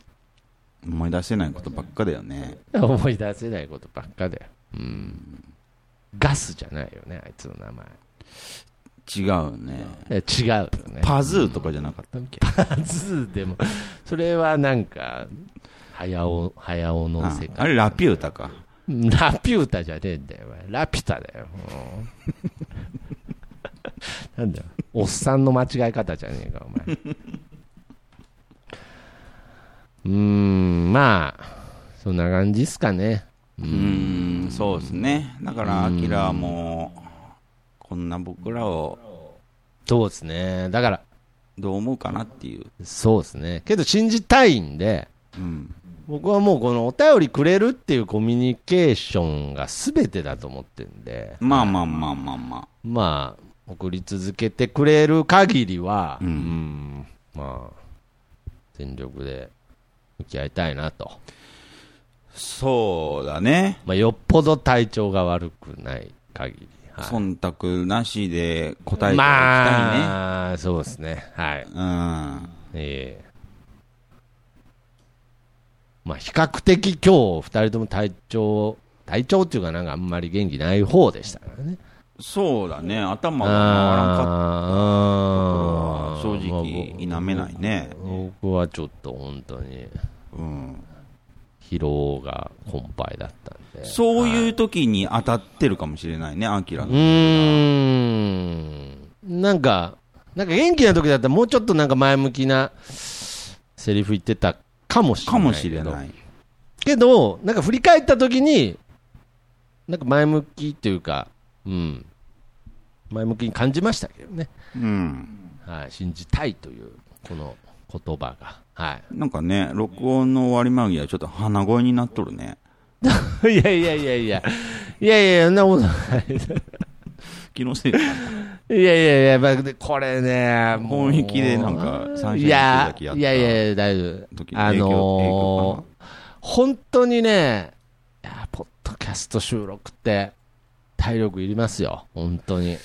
Speaker 3: 思い出せないことばっかだよね。
Speaker 2: 思い出せないことばっかだよ。うん。ガスじゃないよね、あいつの名前。
Speaker 3: 違うね。
Speaker 2: え違うよね。
Speaker 3: パズーとかじゃなかったっけ
Speaker 2: パズーでも、それはなんか、早尾、早尾の世界。
Speaker 3: ああれ、ラピュータか。
Speaker 2: ラピュータじゃねえんだよ、お前ラピュタだよ。もう なんだよ、おっさんの間違い方じゃねえか、お前。 うーん、まあ、そんな感じっすかね。う。
Speaker 3: うんん、そうですね。だから、アキラはもう、こんな僕らを
Speaker 2: そうですね。だから、
Speaker 3: どう思うかなっていう。
Speaker 2: そうですね。けど信じたいんで、
Speaker 3: うん。
Speaker 2: 僕はもうこのお便りくれるっていうコミュニケーションが全てだと思ってるんで、
Speaker 3: まあまあまあまあま
Speaker 2: まあ、送り続けてくれる限りは、
Speaker 3: う
Speaker 2: うんん、まあ、全力で向き合いたいなと。
Speaker 3: あ。そうだね。
Speaker 2: まあ、よっぽど体調が悪くない限り。はい
Speaker 3: 忖度なしで答えていきたいね。
Speaker 2: まあ、そうですね。はい。
Speaker 3: うん。
Speaker 2: ええまあ、比較的今日、二人とも体調、体調っていうかなんかあんまり元気ない方でしたからね。
Speaker 3: そうだね。頭が回らんかっ
Speaker 2: あ
Speaker 3: た
Speaker 2: ー
Speaker 3: ところは正直否めないね。
Speaker 2: 僕はちょっと本当に
Speaker 3: うん。
Speaker 2: 疲労が困憊だったんで。
Speaker 3: そういう時に当たってるかもしれないね、アキラ
Speaker 2: う
Speaker 3: の。
Speaker 2: ーん。なんか、なんか元気な時だったらもうちょっとなんか前向きなセリフ言ってたかもしれない。
Speaker 3: かもしれない。
Speaker 2: けど、なんか振り返った時に、なんか前向きっていうか、うん。前向きに感じましたけどね。
Speaker 3: うん。
Speaker 2: はい。信じたいという、この言葉が。はい。
Speaker 3: なんかね、録音の終わり間際、ちょっと鼻声になっとるね。
Speaker 2: い やいやいやいや。いやいやいや、そんなことない。
Speaker 3: 気 のせいかな。
Speaker 2: いやいやいや、まあでこれね、もう
Speaker 3: 本気でなんか三
Speaker 2: い
Speaker 3: 者一致だ
Speaker 2: や、
Speaker 3: け
Speaker 2: い
Speaker 3: や
Speaker 2: や
Speaker 3: った
Speaker 2: いやいや、大丈夫
Speaker 3: 時。の
Speaker 2: あ
Speaker 3: 影響
Speaker 2: のー本当にね、いや、ポッドキャスト収録って、体力いりますよ。本当に。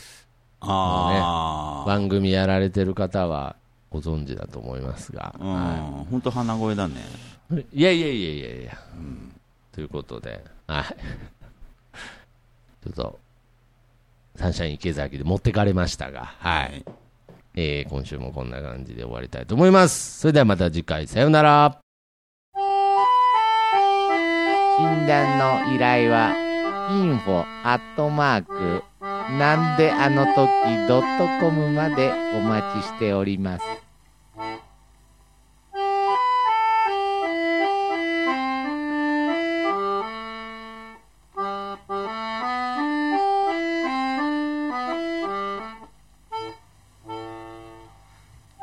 Speaker 3: ああ、
Speaker 2: 番組やられてる方は、ご存知だと思いますが。
Speaker 3: うん。本当鼻声だね。
Speaker 2: いやいやいやいやいや、ということで、はい。 ちょっと、サンシャイン池崎で持ってかれましたが、はい。
Speaker 3: い。
Speaker 2: えー今週もこんな感じで終わりたいと思います。それではまた次回、さようなら。
Speaker 6: 診断の依頼は info アットマークなんであの時ドットコムまでお待ちしております。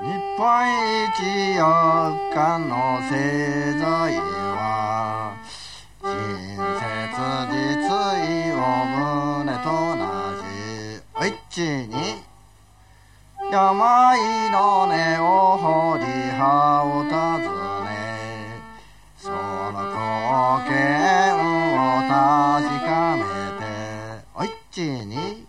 Speaker 7: 日本一四日の製材は親切実意を胸となじおいっちに病の根を掘り葉を尋ねその貢献を確かめておいっちに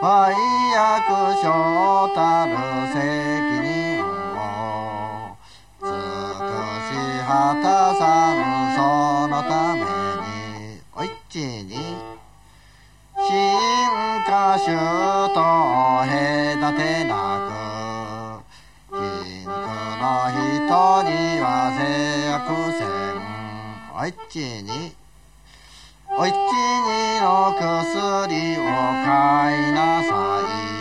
Speaker 7: 愛役所たる責任を尽くし果たさぬそのためにおいっちに進化種と隔てなく貧苦の人には制約せんおいっちにおいちにの薬を買いなさい。